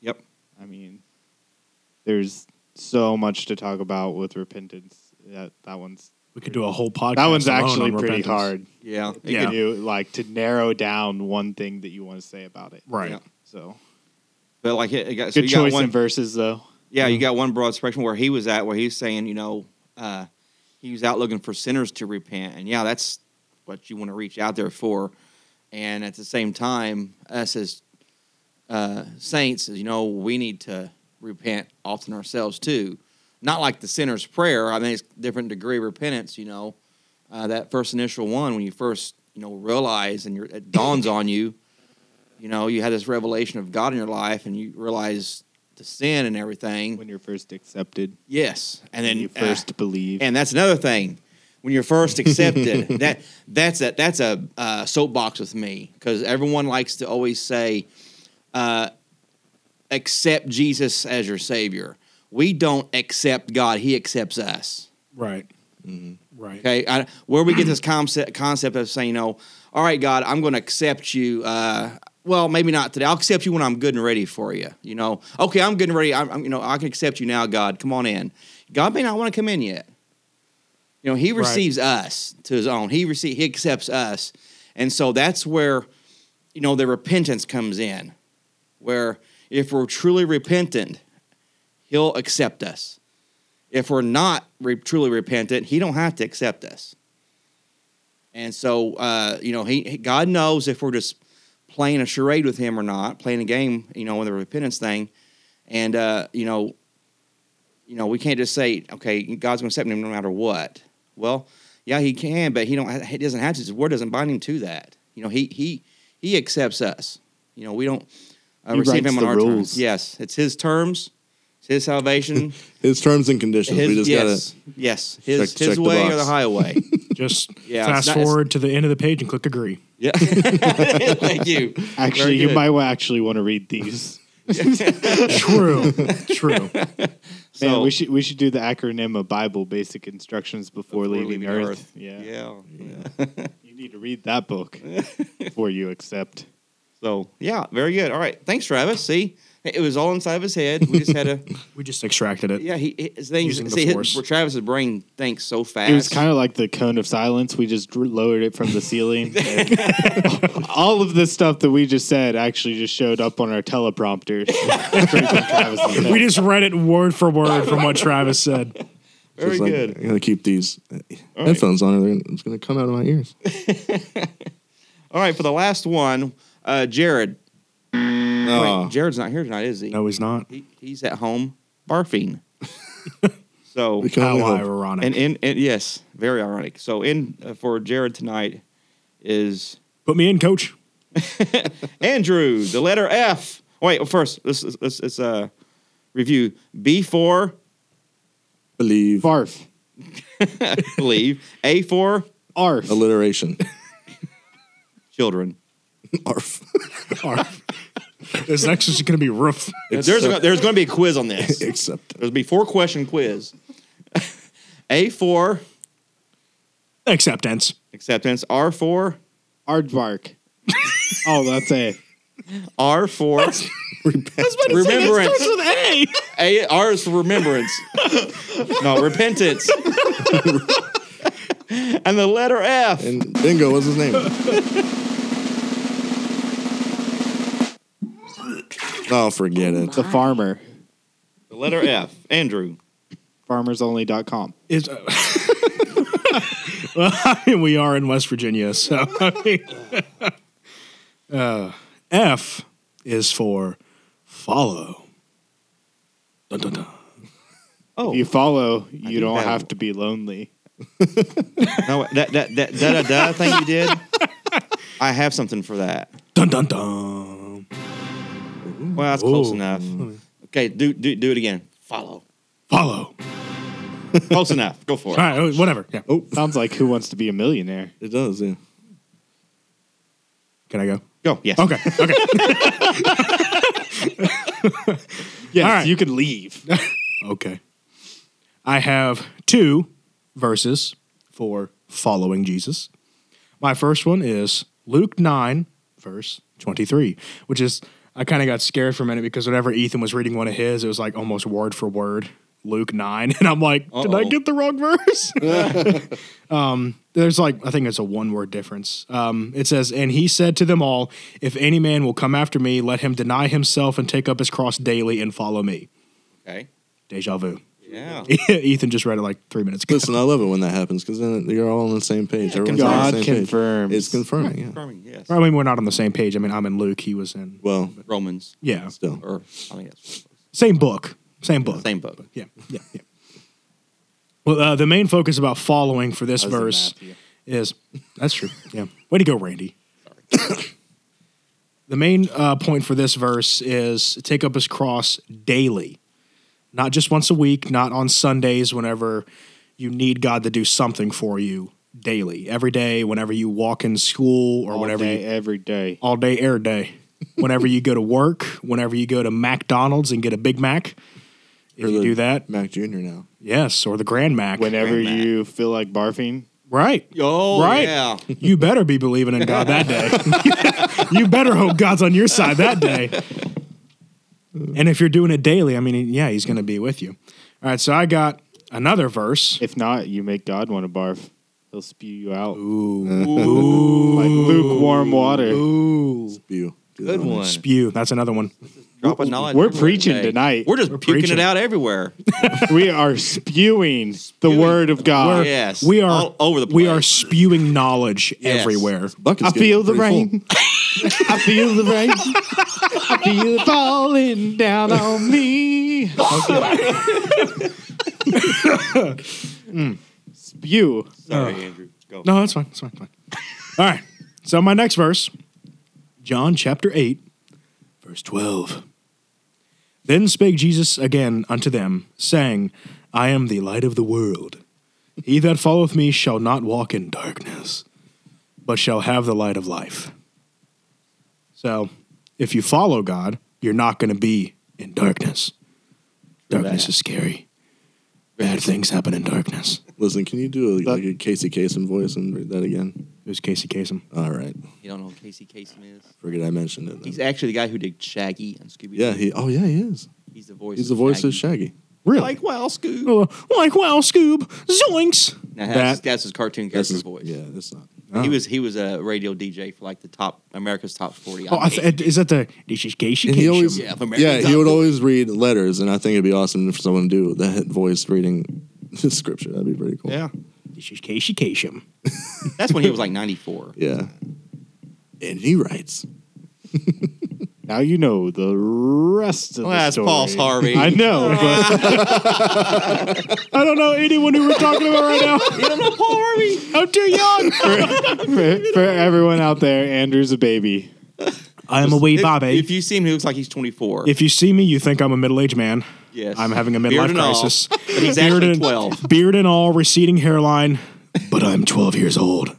Speaker 2: yep.
Speaker 4: I mean, there's so much to talk about with repentance. That that one's
Speaker 5: We could do a whole podcast.
Speaker 4: that one's
Speaker 5: alone
Speaker 4: actually
Speaker 5: on
Speaker 4: pretty
Speaker 5: repentance.
Speaker 4: hard.
Speaker 2: Yeah. It
Speaker 5: Yeah.
Speaker 4: To do, like to narrow down one thing that you want to say about it.
Speaker 5: right?
Speaker 2: Yeah.
Speaker 4: So
Speaker 2: But like it, it got so
Speaker 4: good
Speaker 2: you
Speaker 4: choice Mm-hmm.
Speaker 2: got one
Speaker 4: in verses though.
Speaker 2: Yeah, you got one broad spectrum where he was at, where he was saying, you know, uh, he was out looking for sinners to repent, and yeah, that's what you want to reach out there for. And at the same time, us as uh, saints, as you know, we need to repent often ourselves too. Not like the sinner's prayer. I mean, it's different degree of repentance. You know, uh, that first initial one when you first you know realize and you're, it dawns on you, you know, you had this revelation of God in your life, and you realize the sin and everything.
Speaker 4: When you're first accepted,
Speaker 2: Yes, and then
Speaker 4: when you
Speaker 2: uh,
Speaker 4: first believe.
Speaker 2: and that's another thing. When you're first accepted, that that's a that's a uh, soapbox with me because everyone likes to always say, uh, "Accept Jesus as your Savior." We don't accept God; He accepts us.
Speaker 5: Right. Right.
Speaker 2: Okay, I, where we get this concept concept of saying, you know, all right, God, I'm going to accept you. Uh, well, maybe not today. I'll accept you when I'm good and ready for you. You know, okay, I'm good and ready. I'm, I'm- you know, I can accept you now, God. Come on in. God may not want to come in yet. You know, He
Speaker 5: Right.
Speaker 2: receives us to His own. He receive, He accepts us, and so that's where, you know, the repentance comes in, where if we're truly repentant, He'll accept us if we're not re- truly repentant, he don't have to accept us. And so, uh, you know, he, he- God knows if we're just playing a charade with him or not, playing a game, you know, with the repentance thing. And uh, you know, you know, we can't just say, okay, God's going to accept him no matter what. Well, yeah, he can, but he don't. ha- He doesn't have to. His word doesn't bind him to that. You know, he he he accepts us. You know, we don't uh,
Speaker 4: He
Speaker 2: receive
Speaker 4: writes
Speaker 2: him on
Speaker 4: the
Speaker 2: our
Speaker 4: rules.
Speaker 2: terms. Yes, it's his terms, it's his salvation.
Speaker 3: His terms and conditions. we just
Speaker 2: yes, yes, his
Speaker 3: check-
Speaker 2: his
Speaker 3: check the
Speaker 2: way or the
Speaker 3: box.
Speaker 2: highway.
Speaker 5: Just
Speaker 2: Yeah, it's
Speaker 5: fast
Speaker 2: not- it's-
Speaker 5: forward to the end of the page and click agree.
Speaker 2: yeah, thank you.
Speaker 4: actually, you
Speaker 2: good.
Speaker 4: might wa- actually want to read these.
Speaker 5: True. True.
Speaker 4: Man,
Speaker 2: So-
Speaker 4: we should we should do the acronym of Bible Basic Instructions Before, leaving, Earth. Yeah.
Speaker 2: yeah,
Speaker 4: you need to read that book before you accept.
Speaker 2: So yeah, very good. All right, thanks, Travis. See, it was all inside of his head. We just had a
Speaker 5: We just extracted it.
Speaker 2: yeah. He his thing.
Speaker 5: Using the
Speaker 2: See, his,
Speaker 5: force.
Speaker 2: where Travis's brain thinks so fast.
Speaker 4: It was kind of like the cone of silence. We just drew- lowered it from the ceiling. and all of this stuff that we just said actually just showed up on our teleprompter. Straight from Travis's head.
Speaker 5: We just read it word for word from what Travis said.
Speaker 3: gotta.
Speaker 2: very
Speaker 3: just like,
Speaker 2: good.
Speaker 3: I gotta keep these uh, headphones on, or they're- it's gonna come out of my ears.
Speaker 2: All right, for the last one, uh, Jared.
Speaker 3: Ah.
Speaker 2: Wait, Jared's not here tonight, is he?
Speaker 5: No, he's not.
Speaker 2: He, he's at home barfing. so
Speaker 3: We can
Speaker 5: How
Speaker 3: only hope.
Speaker 5: ironic.
Speaker 2: and in and yes, very ironic. So in uh, for Jared tonight is
Speaker 5: Put me in, coach.
Speaker 2: Andrew, the letter F. Wait, well, first let's let's, let's uh, review B for
Speaker 3: believe
Speaker 4: Barf.
Speaker 2: believe, A for
Speaker 4: Arf.
Speaker 3: alliteration.
Speaker 2: children.
Speaker 3: Arf.
Speaker 5: Arf. this next is going to be roof.
Speaker 2: there's a, there's going to be a quiz on this. There's
Speaker 3: Except
Speaker 2: going to be four question quiz. A for
Speaker 5: Acceptance.
Speaker 2: acceptance, R for
Speaker 4: Aardvark. Oh, that's a.
Speaker 2: R for
Speaker 3: repent.
Speaker 2: remembrance.
Speaker 5: with A.
Speaker 2: A R is for remembrance. no, repentance. and the letter F.
Speaker 3: And Bingo, what's his name? oh, forget it.
Speaker 4: The farmer.
Speaker 2: The letter F. Andrew.
Speaker 4: Farmersonly.com.
Speaker 5: Is, uh, well, I mean, we are in West Virginia, so I mean, uh, F is for follow. Dun, dun, dun.
Speaker 2: Oh,
Speaker 4: If you follow, you
Speaker 2: think
Speaker 4: don't
Speaker 2: that-
Speaker 4: have to be lonely.
Speaker 2: no, that that that that, that thing you did. I have something for that.
Speaker 5: Dun dun dun.
Speaker 2: Well, that's close
Speaker 5: Ooh.
Speaker 2: enough. Okay, do do do it again. Follow.
Speaker 5: Follow.
Speaker 2: Close enough. Go for
Speaker 5: All
Speaker 2: it.
Speaker 5: right, oh, whatever. Yeah.
Speaker 3: Oh,
Speaker 4: Sounds like Who Wants to Be a Millionaire?
Speaker 3: it does. Yeah.
Speaker 5: Can I go?
Speaker 2: Go. Yes.
Speaker 5: Okay. Okay.
Speaker 4: Yes,
Speaker 5: All right.
Speaker 4: you can leave.
Speaker 5: okay. I have two verses for following Jesus. My first one is Luke 9, verse 23, which is, I kind of got scared for a minute because whenever Ethan was reading one of his, it was like almost word for word Luke 9. And I'm like, did I
Speaker 2: Uh-oh.
Speaker 5: get the wrong verse? Um, there's like I think it's a one word difference. Um, it says, "And he said to them all, If any man will come after me, let him deny himself and take up his cross daily and follow me."
Speaker 2: Okay.
Speaker 5: Deja vu.
Speaker 2: Yeah.
Speaker 5: Ethan just read it like three minutes ago.
Speaker 3: Listen, I love it when that happens because then you're all on the same page. Everyone's on
Speaker 4: God
Speaker 3: the same
Speaker 4: confirms.
Speaker 3: page. It's confirming. Yeah.
Speaker 2: Confirming, Yes.
Speaker 5: I mean, we're not on the same page. I mean, I'm in Luke. He was in
Speaker 3: Well,
Speaker 2: Romans.
Speaker 5: yeah,
Speaker 3: still.
Speaker 2: Or I think that's
Speaker 5: same book, same book,
Speaker 2: same book.
Speaker 5: Yeah, yeah, yeah. Well, uh, the main focus about following for this
Speaker 4: That was in
Speaker 5: verse
Speaker 4: Matthew.
Speaker 5: is that's true. Yeah, way to go, Randy. the main uh, point for this verse is take up his cross daily, not just once a week, not on Sundays whenever you need God to do something for you daily, every day, whenever you walk in school or
Speaker 4: All
Speaker 5: whenever you
Speaker 4: day, every day.
Speaker 5: all day, air day. Whenever you go to work, whenever you go to McDonald's and get a Big Mac, if
Speaker 3: Or
Speaker 5: you
Speaker 3: the
Speaker 5: do that,
Speaker 3: Mac Jr. now.
Speaker 5: yes, or the Grand Mac.
Speaker 4: Whenever
Speaker 2: Grandma.
Speaker 4: you feel like barfing,
Speaker 5: right.
Speaker 2: Oh,
Speaker 5: Right.
Speaker 2: yeah.
Speaker 5: You better be believing in God that day. you better hope God's on your side that day. And if you're doing it daily, I mean, yeah, he's going to be with you. All right, so I got another verse.
Speaker 4: if not, you make God want to barf. He'll spew you out like
Speaker 5: Ooh.
Speaker 4: lukewarm water.
Speaker 5: Ooh.
Speaker 3: Spew. Do that
Speaker 2: Good
Speaker 3: on
Speaker 2: one.
Speaker 3: us.
Speaker 5: Spew. That's another one.
Speaker 2: Drop a knowledge.
Speaker 4: We're
Speaker 2: everywhere
Speaker 4: preaching tonight.
Speaker 2: We're just
Speaker 5: We're
Speaker 2: puking
Speaker 5: preaching.
Speaker 2: it out everywhere.
Speaker 4: we are spewing the
Speaker 2: Spewing.
Speaker 4: word of God.
Speaker 2: yes.
Speaker 5: We are
Speaker 2: all over the place.
Speaker 5: We are spewing knowledge
Speaker 2: Yes.
Speaker 5: everywhere.
Speaker 3: Bucket's
Speaker 4: I feel the
Speaker 3: getting pretty
Speaker 4: rain. I feel the rain. I feel it falling down on me. Spew.
Speaker 2: Sorry, Andrew. Go.
Speaker 5: No, that's fine. That's fine. fine. All right. So my next verse, John chapter 8, verse 12. Then spake Jesus again unto them, saying, I am the light of the world. He that followeth me shall not walk in darkness, but shall have the light of life. So if you follow God, you're not going to be in darkness. Darkness
Speaker 2: that.
Speaker 5: is scary. Bad things happen in darkness.
Speaker 3: full. Listen, can you do a, like a Casey Kasem voice and read that again?
Speaker 5: It was Casey Kasem.
Speaker 3: All right.
Speaker 2: You don't know who Casey Kasem is?
Speaker 3: Forget I mentioned it. then.
Speaker 2: He's actually the guy who did Shaggy and Scooby.
Speaker 3: yeah. He. Oh yeah. He is.
Speaker 2: he's the voice.
Speaker 3: He's the voice of Shaggy.
Speaker 5: Really?
Speaker 2: Like wow, Scoob.
Speaker 5: Uh, like wow, Scoob, zoinks.
Speaker 2: Now, that's,
Speaker 5: That-
Speaker 2: that's his cartoon character
Speaker 3: his-
Speaker 2: voice.
Speaker 3: Yeah. That's not.
Speaker 2: He was he was a radio DJ for like the top America's top forty.
Speaker 5: Oh, I
Speaker 2: think.
Speaker 5: th- is that the this is Casey
Speaker 3: And he
Speaker 5: Kasem.
Speaker 3: always,
Speaker 2: Yeah,
Speaker 3: yeah,
Speaker 2: of American
Speaker 3: he would
Speaker 2: Gospel.
Speaker 3: always read letters, and I think it'd be awesome for someone to do that voice reading the scripture. That'd be pretty cool.
Speaker 5: This is Casey Kasem.
Speaker 2: that's when he was like ninety four.
Speaker 3: Yeah. And he writes.
Speaker 4: Now you know the rest of
Speaker 2: Well,
Speaker 4: the
Speaker 2: that's
Speaker 4: story.
Speaker 2: Paul's Harvey.
Speaker 4: I know, but
Speaker 5: I don't know anyone who we're talking about right now.
Speaker 2: you don't know Paul Harvey.
Speaker 5: I'm too young.
Speaker 4: for, for everyone out there, Andrew's a baby.
Speaker 5: I am a wee
Speaker 2: If-
Speaker 5: bobby.
Speaker 2: If,
Speaker 5: If you,
Speaker 2: you see him, he looks like he's twenty four.
Speaker 5: see me, you think I'm a middle-aged man.
Speaker 2: Yes.
Speaker 5: I'm having a
Speaker 2: Beard
Speaker 5: midlife
Speaker 2: and all.
Speaker 5: crisis.
Speaker 2: But he's
Speaker 5: Beard
Speaker 2: actually
Speaker 5: and-
Speaker 2: twelve.
Speaker 5: Beard and all, receding hairline, but I'm 12 years old.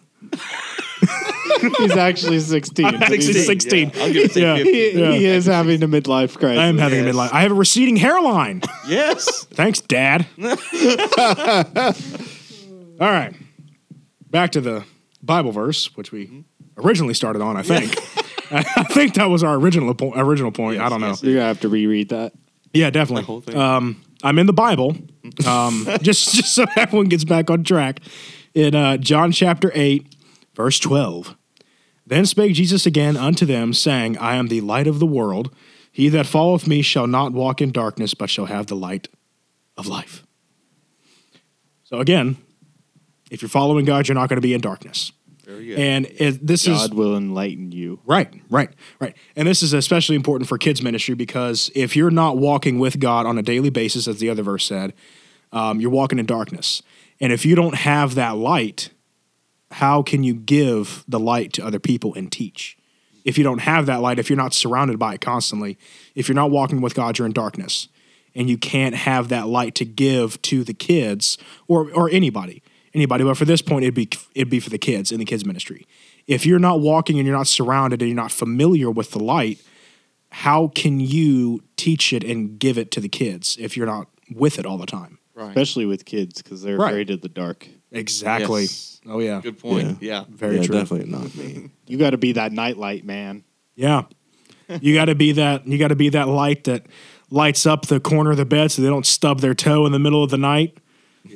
Speaker 4: He's actually 16. but he's-
Speaker 5: 16. 16.
Speaker 2: Yeah. I was gonna say
Speaker 5: Yeah.
Speaker 2: 15.
Speaker 4: He, he is having a midlife crisis.
Speaker 5: I am having
Speaker 2: Yes.
Speaker 5: a midlife. I have a receding hairline.
Speaker 2: Yes.
Speaker 5: Thanks, Dad. All right. Back to the Bible verse, which we
Speaker 2: Mm-hmm.
Speaker 5: originally started on, I think. I think that was our original po- original point. I don't know.
Speaker 2: yes,
Speaker 4: You're gonna have to reread that.
Speaker 5: Yeah,
Speaker 2: The whole
Speaker 5: definitely.
Speaker 2: thing.
Speaker 5: Um, I'm in the Bible. Um, just just so everyone gets back on track. In uh, John chapter eight, verse twelve. Then spake Jesus again unto them, saying, I am the light of the world. He that followeth me shall not walk in darkness, but shall have the light of life. So again, if you're following God, you're not going to be in darkness.
Speaker 2: Very good.
Speaker 5: And it, this is
Speaker 4: God will enlighten you.
Speaker 5: Right, right, right. And this is especially important for kids ministry because if you're not walking with God on a daily basis, as the other verse said, um, you're walking in darkness. And if you don't have that light, how can you give the light to other people and teach? If you don't have that light, if you're not surrounded by it constantly, if you're not walking with God, you're in darkness. And you can't have that light to give to the kids or, or anybody, anybody. But for this point, it'd be it'd be for the kids in the kids ministry. If you're not walking and you're not surrounded and you're not familiar with the light, how can you teach it and give it to the kids if you're not with it all the time?
Speaker 2: Right.
Speaker 4: especially with kids because they're
Speaker 5: Right.
Speaker 4: afraid of the dark.
Speaker 5: Exactly.
Speaker 2: Yes.
Speaker 5: Oh yeah.
Speaker 2: Good point. Yeah.
Speaker 5: Very
Speaker 3: yeah,
Speaker 5: true.
Speaker 3: definitely not me.
Speaker 4: You got to be that nightlight man.
Speaker 5: Yeah. You got to be that. You got to be that light that lights up the corner of the bed so they don't stub their toe in the middle of the night.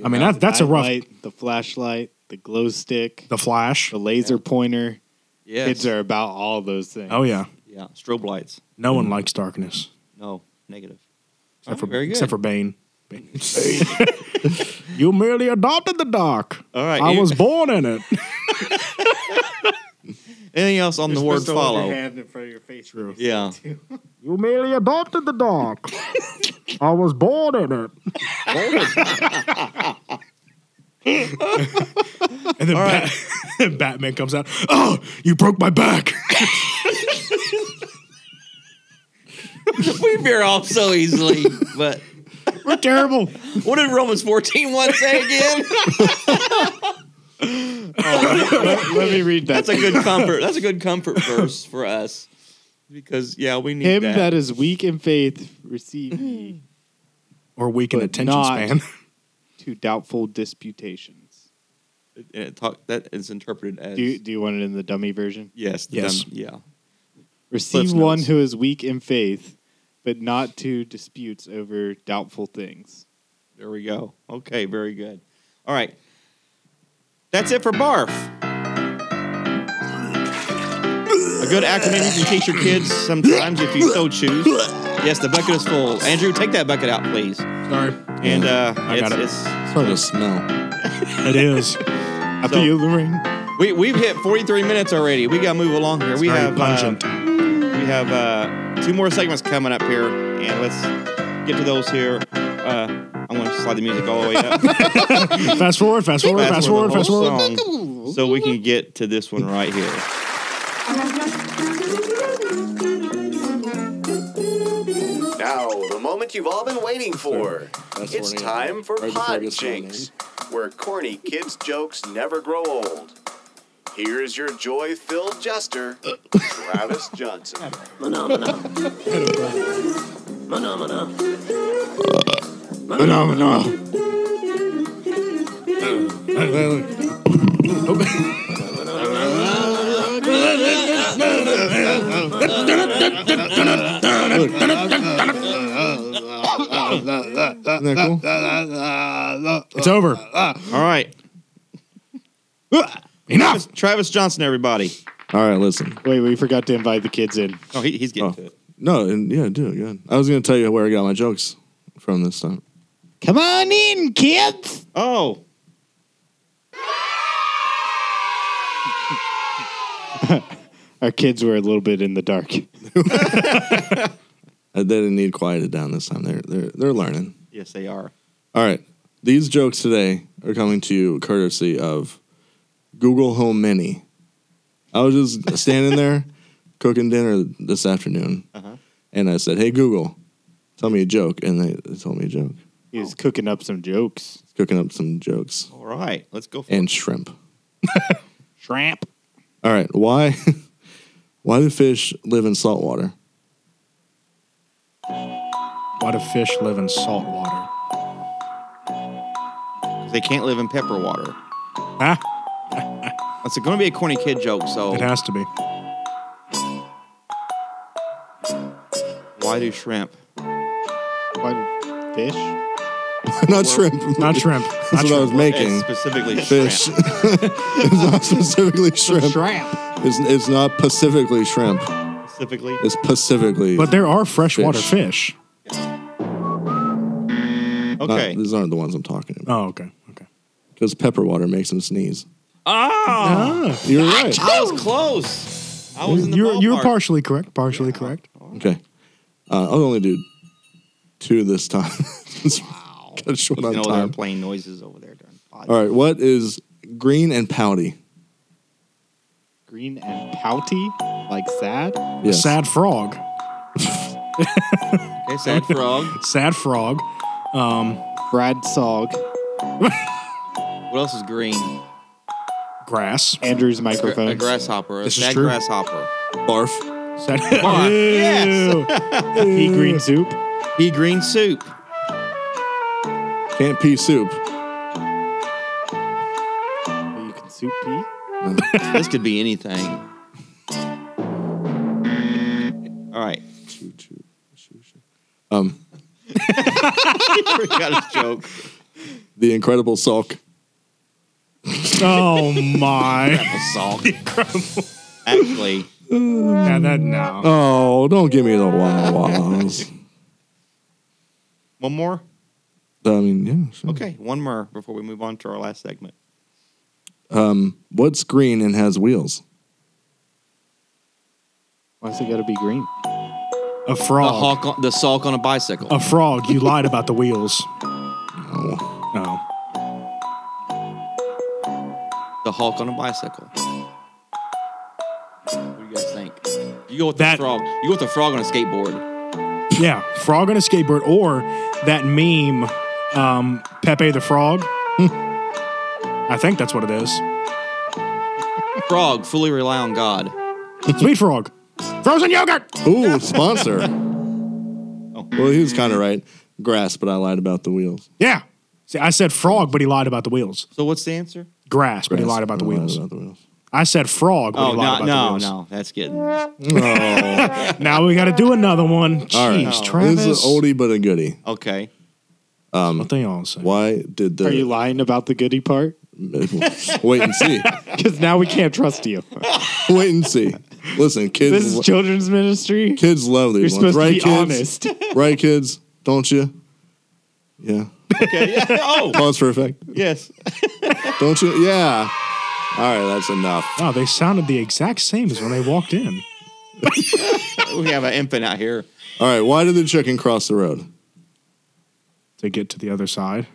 Speaker 5: I mean, that, that's a rough.
Speaker 4: Nightlight, The flashlight, the glow stick,
Speaker 5: The flash.
Speaker 4: the laser pointer.
Speaker 2: Yes.
Speaker 4: Kids are about all those things.
Speaker 5: Oh yeah.
Speaker 2: Yeah. Strobe lights.
Speaker 5: No one likes darkness
Speaker 2: No. Negative.
Speaker 5: except
Speaker 2: Oh,
Speaker 5: for
Speaker 2: very good.
Speaker 5: except for Bane. Bane. you merely adopted the dark.
Speaker 2: All right.
Speaker 5: I
Speaker 2: any-
Speaker 5: was born in it.
Speaker 2: Anything else on the word follow?
Speaker 4: hand in front of your face.
Speaker 2: Yeah.
Speaker 5: You merely adopted the dark. I was born in it. and then Bat- Batman comes out. Oh, you broke my back.
Speaker 2: we veer off so easily. But
Speaker 5: We're terrible.
Speaker 2: what did Romans 14 say again?
Speaker 4: let, let me read that.
Speaker 2: That's a good comfort. That's a good comfort verse for us. Because yeah, we need
Speaker 4: Him
Speaker 2: that.
Speaker 4: that is weak in faith, receive ye
Speaker 5: Or weakened
Speaker 4: But
Speaker 5: attention
Speaker 4: not-
Speaker 5: span.
Speaker 4: to doubtful disputations.
Speaker 2: And it talk, that is interpreted as
Speaker 4: Do you, do you want it in the dummy version?
Speaker 2: yes, the
Speaker 5: Yes.
Speaker 2: dumb- yeah.
Speaker 4: Receive
Speaker 2: Cliff's
Speaker 4: one
Speaker 2: notes.
Speaker 4: who is weak in faith, but not to disputes over doubtful things.
Speaker 2: There we go. Okay, very good. All right. That's it for barf. A good acronym you can teach your kids sometimes if you so choose. Yes, the bucket is full. Andrew, take that bucket out, please.
Speaker 5: Sorry.
Speaker 2: And uh,
Speaker 5: I
Speaker 2: it's,
Speaker 5: got it.
Speaker 2: it's
Speaker 3: It's hard to smell.
Speaker 5: It is.
Speaker 4: I
Speaker 2: So-
Speaker 4: feel the ring.
Speaker 2: we we've hit 43 minutes already. We gotta move along here.
Speaker 5: It's
Speaker 2: we
Speaker 5: very
Speaker 2: have uh,
Speaker 5: pungent.
Speaker 2: We have uh, two more segments coming up here, and let's get to those here. Uh, I'm going to slide the music all the way up.
Speaker 5: fast forward, fast forward, fast forward,
Speaker 2: the
Speaker 5: fast
Speaker 2: whole
Speaker 5: forward.
Speaker 2: song, so we can get to this one right here.
Speaker 1: Now, the moment you've all been waiting for.
Speaker 3: That's
Speaker 1: It's
Speaker 3: horny.
Speaker 1: time for
Speaker 3: Right before it
Speaker 1: Pod
Speaker 3: gets
Speaker 1: Jinx, where corny kids' jokes never grow old. Here's your joy filled jester, Travis Johnson.
Speaker 3: Phenomenal. Isn't that cool?
Speaker 5: It's over.
Speaker 2: All right,
Speaker 5: Enough.
Speaker 2: Travis Johnson, everybody.
Speaker 3: All right, listen.
Speaker 4: Wait, we forgot to invite the kids in.
Speaker 2: Oh, he, he's getting
Speaker 3: Oh.
Speaker 2: to it.
Speaker 3: No, and yeah, do it good. I was gonna tell you where I got my jokes from this time.
Speaker 4: Come on in, kids.
Speaker 2: Oh,
Speaker 4: Our kids were a little bit in the dark.
Speaker 3: I Uh, they didn't need quieted down this time. They're they're they're learning.
Speaker 2: yes, they are.
Speaker 3: All right, these jokes today are coming to you courtesy of Google Home Mini. I was just standing there cooking dinner this afternoon,
Speaker 2: Uh-huh.
Speaker 3: and I said, "Hey Google, tell me a joke," and they, they told me a joke.
Speaker 4: He was cooking up some jokes.
Speaker 3: It's cooking up some jokes
Speaker 2: All right, let's go. For it.
Speaker 3: and shrimp.
Speaker 4: Shrimp.
Speaker 3: All right, why why do fish live in salt water?
Speaker 5: Why do fish live in salt water?
Speaker 2: They can't live in pepper water.
Speaker 5: Huh?
Speaker 2: That's going to be a corny kid joke. So
Speaker 5: It has to be.
Speaker 2: why do shrimp?
Speaker 4: Why do- fish?
Speaker 3: Not shrimp.
Speaker 5: Not shrimp.
Speaker 3: That's
Speaker 5: Not
Speaker 3: what I was
Speaker 5: shrimp.
Speaker 2: And
Speaker 3: making.
Speaker 2: specifically
Speaker 3: Fish.
Speaker 2: shrimp.
Speaker 3: it's not specifically shrimp.
Speaker 4: Shrimp.
Speaker 3: It's, it's not specifically shrimp.
Speaker 2: Specifically,
Speaker 3: It's specifically.
Speaker 5: But there are freshwater fish.
Speaker 3: not-
Speaker 2: okay.
Speaker 3: these aren't the ones I'm talking about.
Speaker 5: Oh, okay. Okay.
Speaker 3: Because pepper water makes them sneeze.
Speaker 2: Ah,
Speaker 5: Ah,
Speaker 3: You're right.
Speaker 2: that was close. I was in the
Speaker 5: you're you're
Speaker 2: ballpark.
Speaker 5: partially correct. Partially correct.
Speaker 3: Okay. Uh, I'll only do two this time. Got short
Speaker 2: You
Speaker 3: on
Speaker 2: know they're
Speaker 3: time.
Speaker 2: playing noises over there during podcasts.
Speaker 3: All right, what is green and pouty?
Speaker 4: Green and pouty, like sad.
Speaker 3: Yes.
Speaker 5: Sad frog.
Speaker 2: Okay, sad frog.
Speaker 5: Sad frog.
Speaker 4: Brad Sog,
Speaker 2: What else is green?
Speaker 5: Grass.
Speaker 4: Andrew's
Speaker 2: Gra- A
Speaker 4: microphone.
Speaker 2: grasshopper. A
Speaker 5: This is
Speaker 2: sad
Speaker 5: true.
Speaker 2: grasshopper.
Speaker 3: Barf.
Speaker 5: Sad
Speaker 2: Barf.
Speaker 5: Ew.
Speaker 4: Pea green soup.
Speaker 2: Pea green soup.
Speaker 3: Can't pee soup.
Speaker 4: You can soup pea.
Speaker 2: this could be anything. All right.
Speaker 3: Choo, choo, choo, choo. Um,
Speaker 2: Forgot his joke.
Speaker 3: the Incredible Sulk.
Speaker 5: Oh my.
Speaker 2: A salt. Actually,
Speaker 5: yeah, that no.
Speaker 3: Oh, don't give me the wah wahs.
Speaker 2: one more.
Speaker 3: I mean, yeah. Sure.
Speaker 2: Okay, one more before we move on to our last segment.
Speaker 3: What's green and has wheels?
Speaker 4: Why's it gotta be green?
Speaker 5: A
Speaker 2: The
Speaker 5: frog.
Speaker 2: hawk, on, the sulk on a bicycle.
Speaker 5: A frog. You lied about the wheels.
Speaker 3: Oh,
Speaker 5: No.
Speaker 2: The hawk on a bicycle. What do you guys think? You go with
Speaker 5: That-
Speaker 2: the frog. You go with the frog on a skateboard.
Speaker 5: Yeah, frog on a skateboard or that meme, um, Pepe the Frog. I think that's what it is.
Speaker 2: Frog fully rely on God.
Speaker 5: Sweet frog, frozen yogurt.
Speaker 3: Ooh, sponsor. Well, he was kind of right. Grass, but I lied about the wheels.
Speaker 5: Yeah. See, I said frog, but he lied about the wheels.
Speaker 2: So what's the answer?
Speaker 5: Grass, but he
Speaker 3: Grass,
Speaker 5: lied about the
Speaker 3: I lied
Speaker 5: wheels.
Speaker 3: about the wheels.
Speaker 5: I said frog, but
Speaker 2: Oh
Speaker 5: he
Speaker 2: no,
Speaker 5: lied about
Speaker 2: no,
Speaker 5: the wheels.
Speaker 2: no. That's getting.
Speaker 5: Now we got to do another one.
Speaker 3: All right.
Speaker 5: Jeez, Travis.
Speaker 3: This is an oldie but a goodie.
Speaker 2: Okay.
Speaker 5: What they all say.
Speaker 3: Why did the
Speaker 4: Are you lying about the goody part?
Speaker 3: wait and see?
Speaker 4: Because now we can't trust you.
Speaker 3: Wait and see. Listen, kids.
Speaker 4: This is children's ministry.
Speaker 3: Kids love
Speaker 4: You're
Speaker 3: these ones,
Speaker 4: supposed
Speaker 3: right?
Speaker 4: to be
Speaker 3: kids,
Speaker 4: honest.
Speaker 3: right? Kids, don't you? Yeah.
Speaker 2: Okay. yeah. Oh
Speaker 3: Pause for effect.
Speaker 2: yes.
Speaker 3: Don't you? Yeah. All right, that's enough.
Speaker 5: Wow, they sounded the exact same as when they walked in.
Speaker 2: we have an infant out here.
Speaker 3: All right, why did the chicken cross the road?
Speaker 5: To get to the other side.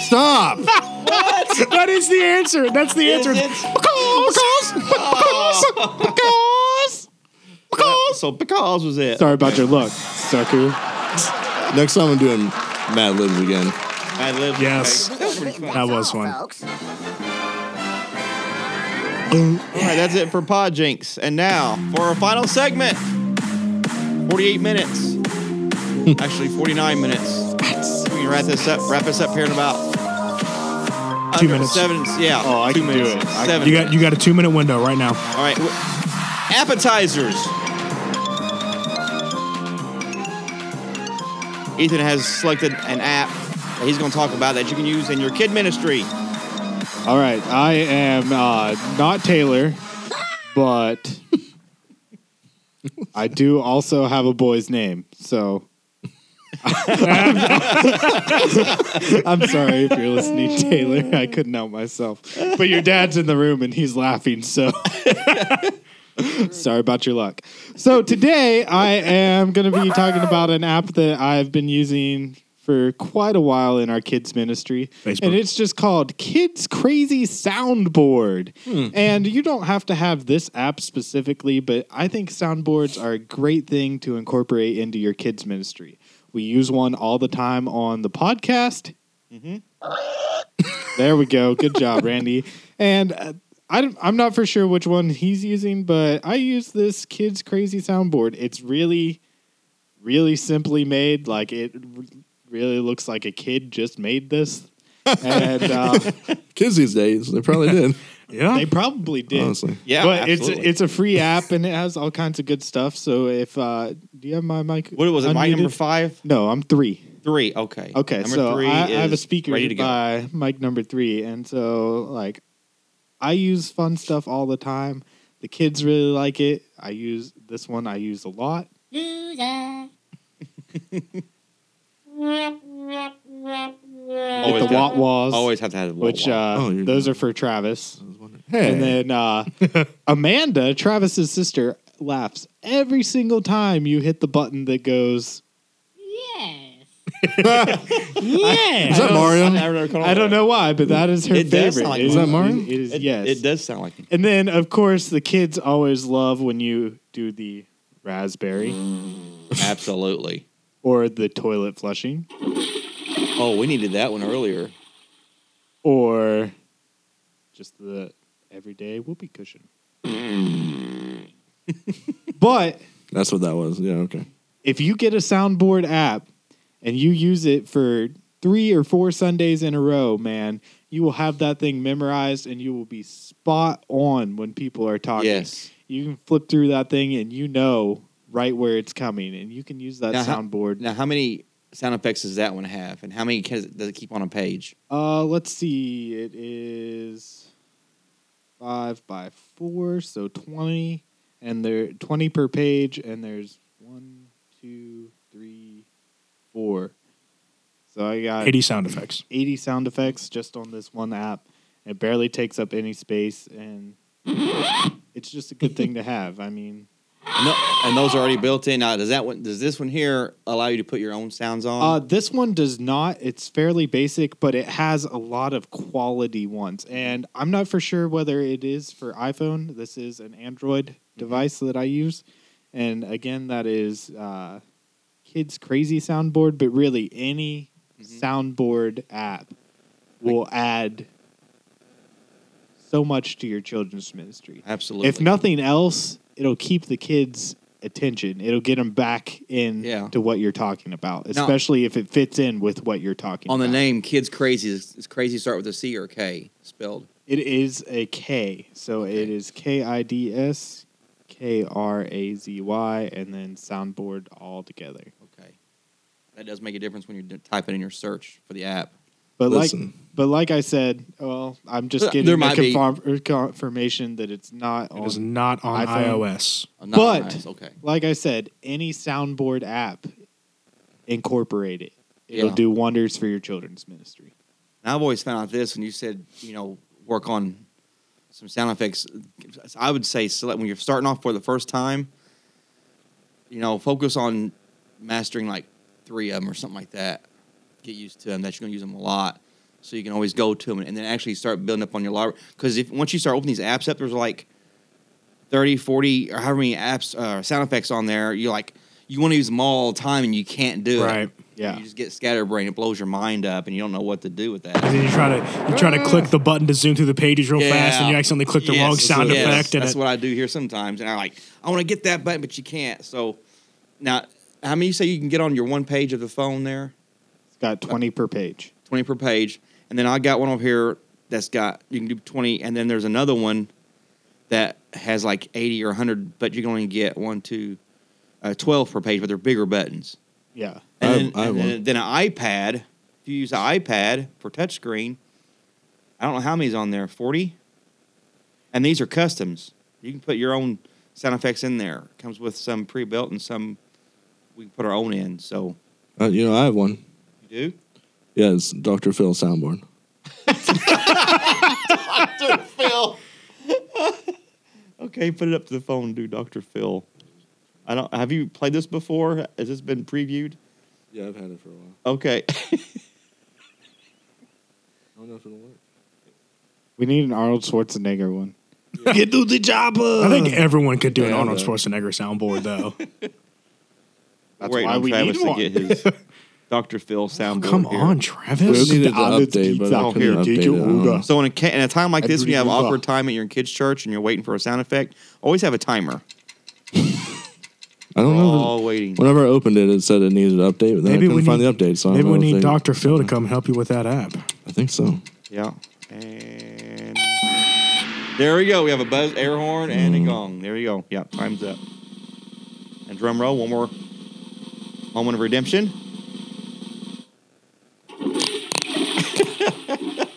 Speaker 3: Stop!
Speaker 5: that is the answer. That's the answer.
Speaker 2: So because was it?
Speaker 4: Sorry about your look, sucker.
Speaker 3: Next time I'm doing Mad Libs again.
Speaker 2: I live.
Speaker 5: Yes.
Speaker 2: Okay. That was pretty fun.
Speaker 5: That was one.
Speaker 2: All right, that's it for Pod Jinx. And now for our final segment 48 minutes. Actually, 49 minutes. We can wrap this up. Wrap this up here in about
Speaker 5: Two
Speaker 2: under
Speaker 5: minutes.
Speaker 2: Seven, yeah.
Speaker 4: Oh, I
Speaker 2: two
Speaker 4: can do
Speaker 2: minutes.
Speaker 4: it. I can
Speaker 2: Seven
Speaker 5: You got you got a two minute window right now.
Speaker 2: All right. w- Appetizers. Ethan has selected an app that he's going to talk about that you can use in your kid ministry.
Speaker 4: All right, I am uh, not Taylor, but I do also have a boy's name. So I'm sorry if you're listening, Taylor. I couldn't help myself. But your dad's in the room and he's laughing. So sorry about your luck. So today I am going to be talking about an app that I've been using for quite a while in our kids ministry
Speaker 5: Facebook.
Speaker 4: and it's just called kids crazy soundboard and you don't have to have this app specifically but i think soundboards are a great thing to incorporate into your kids ministry we use one all the time on the podcast there we go. Good job, Randy. And uh, I don't- I'm not for sure which one he's using, but I use this kid's crazy soundboard. It's really, really simply made. Like it r- really looks like a kid just made this. and uh,
Speaker 3: Kids these days, they probably did.
Speaker 5: Yeah.
Speaker 4: they probably did.
Speaker 3: Honestly.
Speaker 2: Yeah,
Speaker 4: but it's
Speaker 2: absolutely.
Speaker 4: a, it's a free app and it has all kinds of good stuff. So if uh, do you have my mic?
Speaker 2: what was it? My
Speaker 4: unmuted?
Speaker 2: number five,
Speaker 4: No, I'm three.
Speaker 2: three. Okay.
Speaker 4: Okay,
Speaker 2: Number
Speaker 4: so I, I have a
Speaker 2: is
Speaker 4: speaker
Speaker 2: ready to go.
Speaker 4: by mic number three, and so like I use fun stuff all the time. The kids really like it. I use this one. I use a lot.
Speaker 6: Loser.
Speaker 2: Always
Speaker 4: the
Speaker 2: got-
Speaker 4: wah wahs,
Speaker 2: Always have to have. a little
Speaker 4: which
Speaker 2: wah.
Speaker 4: uh,
Speaker 3: Oh, you're
Speaker 4: those
Speaker 3: done.
Speaker 4: are for Travis.
Speaker 3: Hey,
Speaker 4: And then uh, Amanda, Travis's sister, laughs every single time you hit the button that goes
Speaker 6: Yes.
Speaker 5: yeah.
Speaker 3: Is that Mario?
Speaker 2: I, never recall
Speaker 4: I don't know why, but that is her
Speaker 2: It
Speaker 4: favorite.
Speaker 2: does sound like
Speaker 4: It
Speaker 2: Mario.
Speaker 3: Is that Mario?
Speaker 4: It is
Speaker 2: It,
Speaker 4: yes.
Speaker 2: it does sound like him.
Speaker 4: And then, of course, the kids always love when you do the raspberry
Speaker 2: Absolutely.
Speaker 4: or the toilet flushing
Speaker 2: Oh, we needed that one earlier.
Speaker 4: or just the everyday whoopee cushion. but
Speaker 3: That's what that was. Yeah, okay.
Speaker 4: if you get a soundboard app and you use it for three or four Sundays in a row, man, you will have that thing memorized and you will be spot on when people are talking.
Speaker 2: Yes.
Speaker 4: You can flip through that thing and you know right where it's coming and you can use that
Speaker 2: Now, how-
Speaker 4: soundboard.
Speaker 2: Now, how many sound effects does that one have, and how many does it does it keep on a page?
Speaker 4: Uh, let's see. It is five by four, so twenty, and there twenty per page, and there's one, two, three, four. So I got
Speaker 5: 80 sound effects.
Speaker 4: 80 sound effects just on this one app. It barely takes up any space, and it's just a good thing to have. I mean,
Speaker 2: And, tho- and those are already built in. Now, does that one? Does this one here allow you to put your own sounds
Speaker 4: uh,
Speaker 2: on?
Speaker 4: this one does not. It's fairly basic, but it has a lot of quality ones. And I'm not for sure whether it is for iPhone. This is an Android device that I use. And again, that is uh, Kids Crazy Soundboard, but really any soundboard app will add so much to your children's ministry.
Speaker 2: Absolutely.
Speaker 4: If nothing else, it'll keep the kids' attention. It'll get them back in
Speaker 2: Yeah.
Speaker 4: to what you're talking about,
Speaker 2: Now-
Speaker 4: especially if it fits in with what you're talking
Speaker 2: on the
Speaker 4: about.
Speaker 2: name, kids crazy. Is is crazy start with a C or a K spelled?
Speaker 4: It is a K. So it is K I D S K R A Z Y and then soundboard all together.
Speaker 2: Okay, that does make a difference when you're d- typing in your search for the app.
Speaker 4: But
Speaker 3: Listen.
Speaker 4: like but like I said, well, I'm just
Speaker 2: Uh,
Speaker 4: getting
Speaker 2: there
Speaker 4: the
Speaker 2: might be-
Speaker 4: confirm- er, confirmation that it's not
Speaker 5: It is
Speaker 4: on
Speaker 5: not on
Speaker 4: iPhone.
Speaker 5: iOS.
Speaker 2: Uh,
Speaker 4: But-
Speaker 2: nice, okay,
Speaker 4: like I said, any soundboard app, incorporate it. It'll
Speaker 2: Yeah.
Speaker 4: do wonders for your children's ministry.
Speaker 2: And I've always found out this when you said, you know, work on some sound effects. I would say select when you're starting off for the first time, you know, focus on mastering like three of them or something like that. Get used to them. That you're going to use them a lot, so you can always go to them and then actually start building up on your library. Because if once you start opening these apps up, there's like 30, 40, or however many apps, uh, sound effects on there. You're like, you want to use them all the time and you can't do it.
Speaker 5: Right.
Speaker 4: Yeah.
Speaker 2: You just get scatterbrained. It blows your mind up, and you don't know what to do with that.
Speaker 5: And then you try to you try to click the button to zoom through the pages real fast, and you
Speaker 2: Yeah.
Speaker 5: accidentally click the
Speaker 2: Yes,
Speaker 5: wrong
Speaker 2: that's
Speaker 5: sound
Speaker 2: what- yes,
Speaker 5: effect. And
Speaker 2: that's
Speaker 5: it-
Speaker 2: what I do here sometimes, and I like I want to get that button, but you can't. So now, how many you say you can get on your one page of the phone there?
Speaker 4: It's got 20 per page.
Speaker 2: Twenty per page, and then I got one over here that's got you can do twenty, and then there's another one that has like eighty or hundred, but you can only get one, two, uh, 12 per page, but they're bigger buttons.
Speaker 4: Yeah.
Speaker 2: And,
Speaker 3: I-
Speaker 2: then,
Speaker 3: I
Speaker 2: and
Speaker 3: have
Speaker 2: then, then an iPad. If you use an iPad for touchscreen, I don't know how many's on there. Forty. And these are customs. You can put your own sound effects in there. Comes with some pre-built and some we can put our own in. So
Speaker 3: Uh, you know, I have one.
Speaker 2: you do.
Speaker 3: Yeah, it's Dr. Phil soundboard.
Speaker 2: Phil. okay, put it up to the phone, do Doctor Phil. I don't. Have you played this before? Has this been previewed?
Speaker 3: Yeah, I've had it for a while.
Speaker 2: Okay.
Speaker 3: I don't know if it'll work.
Speaker 4: We need an Arnold Schwarzenegger one.
Speaker 2: Get to the job.
Speaker 5: I think everyone could do an
Speaker 3: Yeah,
Speaker 5: Arnold
Speaker 3: but-
Speaker 5: Schwarzenegger soundboard, though.
Speaker 4: That's
Speaker 2: Waiting
Speaker 4: why
Speaker 2: on
Speaker 4: we
Speaker 2: Travis
Speaker 4: need
Speaker 2: to
Speaker 4: one.
Speaker 2: get his Dr. Phil soundboard.
Speaker 5: Come
Speaker 2: here.
Speaker 5: on,
Speaker 3: We
Speaker 5: Travis.
Speaker 3: needed to
Speaker 4: Alles
Speaker 3: update, but I
Speaker 4: Pizza.
Speaker 3: couldn't
Speaker 4: Here,
Speaker 3: update
Speaker 4: take
Speaker 3: it. I
Speaker 4: your
Speaker 3: don't know.
Speaker 4: Uga.
Speaker 2: So in a, ca- in a time like this, when you have
Speaker 4: Everything is
Speaker 2: awkward
Speaker 4: up.
Speaker 2: time at your kid's church and you're waiting for a sound effect, always have a timer.
Speaker 3: I don't know.
Speaker 2: All waiting.
Speaker 3: If it, whenever I opened it, it said it needed an update, but then
Speaker 5: Maybe
Speaker 3: I couldn't
Speaker 5: we
Speaker 3: find
Speaker 5: need-
Speaker 3: the update. So I
Speaker 5: Maybe
Speaker 3: don't
Speaker 5: we
Speaker 3: know if
Speaker 5: need
Speaker 3: they-
Speaker 5: Dr. Phil to come help you with that app.
Speaker 3: I think so.
Speaker 2: Yeah. And there we go. We have a buzz, air horn, and
Speaker 3: Hmm.
Speaker 2: a gong. There you go. Yeah, time's up. And drum roll, one more moment of redemption.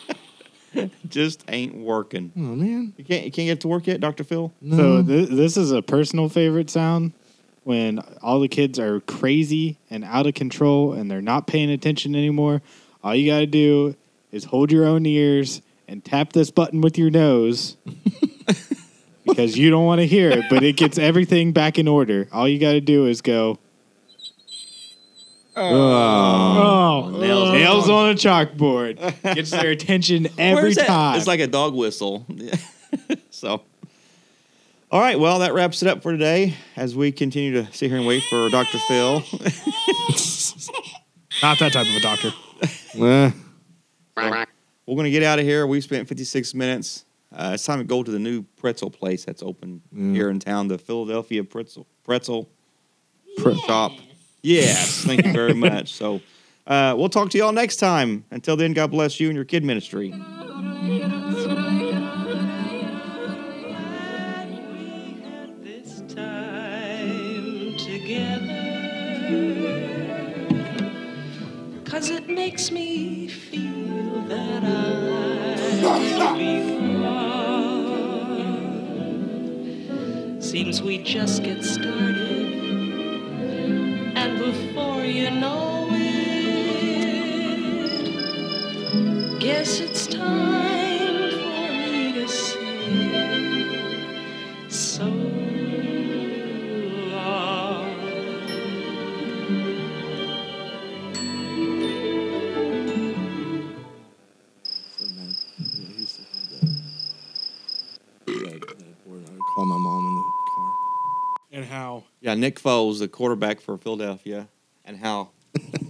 Speaker 2: Just ain't working.
Speaker 3: Oh man,
Speaker 2: You can't you can't get it to work yet, Dr. Phil?
Speaker 4: So th- this is a personal favorite sound when all the kids are crazy and out of control and they're not paying attention anymore. All you got to do is hold your own ears and tap this button with your nose because you don't want to hear it, but it gets everything back in order. All you got to do is go
Speaker 5: Oh,
Speaker 2: Nails.
Speaker 4: Nails on a chalkboard gets their attention
Speaker 2: Where
Speaker 4: every
Speaker 2: is that?
Speaker 4: time.
Speaker 2: It's like a dog whistle. so, all right. Well, that wraps it up for today. As we continue to sit here and wait for Dr. Phil.
Speaker 5: not that type of a doctor.
Speaker 3: Eh.
Speaker 2: We're going to get out of here. We've spent 56 minutes. Uh, it's time to go to the new pretzel place that's open here in town, the Philadelphia Pretzel Pretzel Shop. Yes, thank you very much. So uh, we'll talk to y'all next time. Until then, God bless you and your kid ministry.
Speaker 6: This time together, cause it makes me feel that I belong. Seems we just get started, and before you know it, guess it's time for me to say so long.
Speaker 3: uh, Call my mom in the car.
Speaker 5: And how
Speaker 2: Yeah, Nick Foles, the quarterback for Philadelphia, and how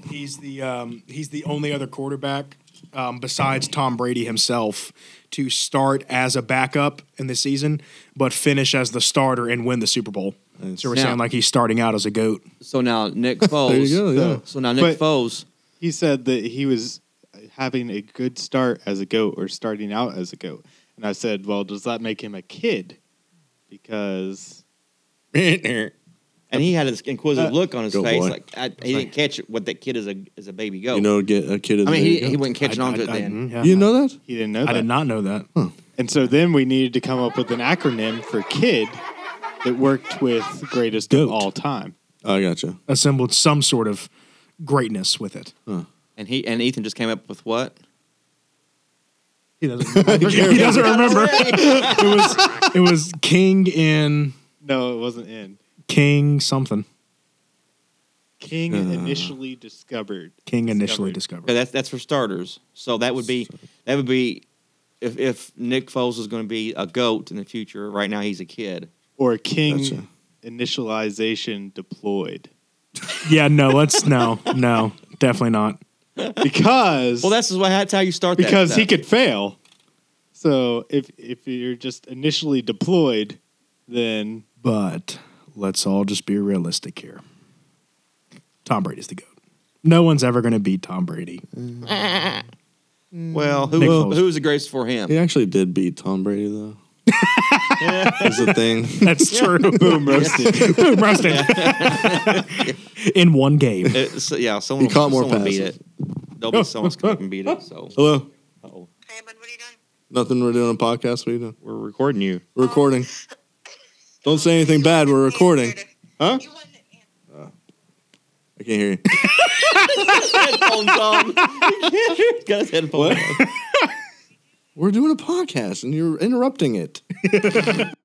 Speaker 5: he's the um, he's the only other quarterback um, besides Tom Brady himself to start as a backup in the season, but finish as the starter and win the Super Bowl. So we're
Speaker 2: Now-
Speaker 5: saying like he's starting out as a goat.
Speaker 2: so now Nick Foles.
Speaker 3: you go, yeah.
Speaker 2: so, now Nick
Speaker 4: But-
Speaker 2: Foles.
Speaker 4: He said that he was having a good start as a goat or starting out as a goat. And I said, well, does that make him a kid? Because
Speaker 2: And he had this inquisitive
Speaker 4: Uh,
Speaker 2: look on his
Speaker 3: Go
Speaker 2: face,
Speaker 3: boy.
Speaker 2: like I, he didn't catch what that kid is a is a baby goat.
Speaker 3: You know, get a kid. Is
Speaker 2: I mean,
Speaker 3: there
Speaker 2: he,
Speaker 3: you go.
Speaker 2: he wasn't catching
Speaker 5: Oh. I-
Speaker 2: on to
Speaker 5: I-
Speaker 2: it
Speaker 5: I-
Speaker 2: then.
Speaker 5: mm, yeah.
Speaker 3: You know that?
Speaker 4: he didn't know
Speaker 5: I
Speaker 4: that.
Speaker 5: did not know that.
Speaker 4: And so then we needed to come up with an acronym for kid that worked with greatest
Speaker 5: Goat.
Speaker 4: of all time.
Speaker 3: Oh, I gotcha.
Speaker 5: Assembled some sort of greatness with it.
Speaker 2: And he and Ethan just came up with what?
Speaker 5: He doesn't. he doesn't remember. it was it was King in
Speaker 4: No, it wasn't in.
Speaker 5: King something.
Speaker 4: King initially discovered.
Speaker 5: Uh. King initially
Speaker 2: Okay,
Speaker 5: discovered.
Speaker 2: that's that's for starters. So that would be that would be if if Nick Foles is going to be a goat in the future. Right now, he's a kid.
Speaker 4: Or King
Speaker 3: Gotcha.
Speaker 4: initialization deployed.
Speaker 5: Yeah, no, let's no, no, definitely not.
Speaker 4: Because
Speaker 2: Well, that's why that's how you start. that
Speaker 4: because he
Speaker 2: stuff.
Speaker 4: could fail. So if if you're just initially deployed, then
Speaker 5: But let's all just be realistic here. Tom Brady's the goat. No one's ever going to beat Tom Brady.
Speaker 2: Well,
Speaker 3: Mm.
Speaker 2: who
Speaker 5: Nick
Speaker 2: who,
Speaker 5: Foles.
Speaker 2: who's the greatest for him?
Speaker 3: He actually did beat Tom Brady though. That's the thing.
Speaker 5: That's true. Boom roasted. Boom roasted. In one game.
Speaker 2: Uh, so- yeah, someone
Speaker 3: He caught more
Speaker 2: someone beat
Speaker 3: passes.
Speaker 2: it. There'll be someone's going to beat it. So
Speaker 4: Oh.
Speaker 3: Hello.
Speaker 2: Uh-oh.
Speaker 7: Hey, bud, what are you doing?
Speaker 3: Nothing. We're doing a podcast. What are you doing?
Speaker 2: we're recording you.
Speaker 3: We're recording. Don't say anything bad. We're recording. Huh?
Speaker 7: You want to answer.
Speaker 3: I can't hear you.
Speaker 2: headphones on. He's Got his headphones. on.
Speaker 3: We're doing a podcast and you're interrupting it.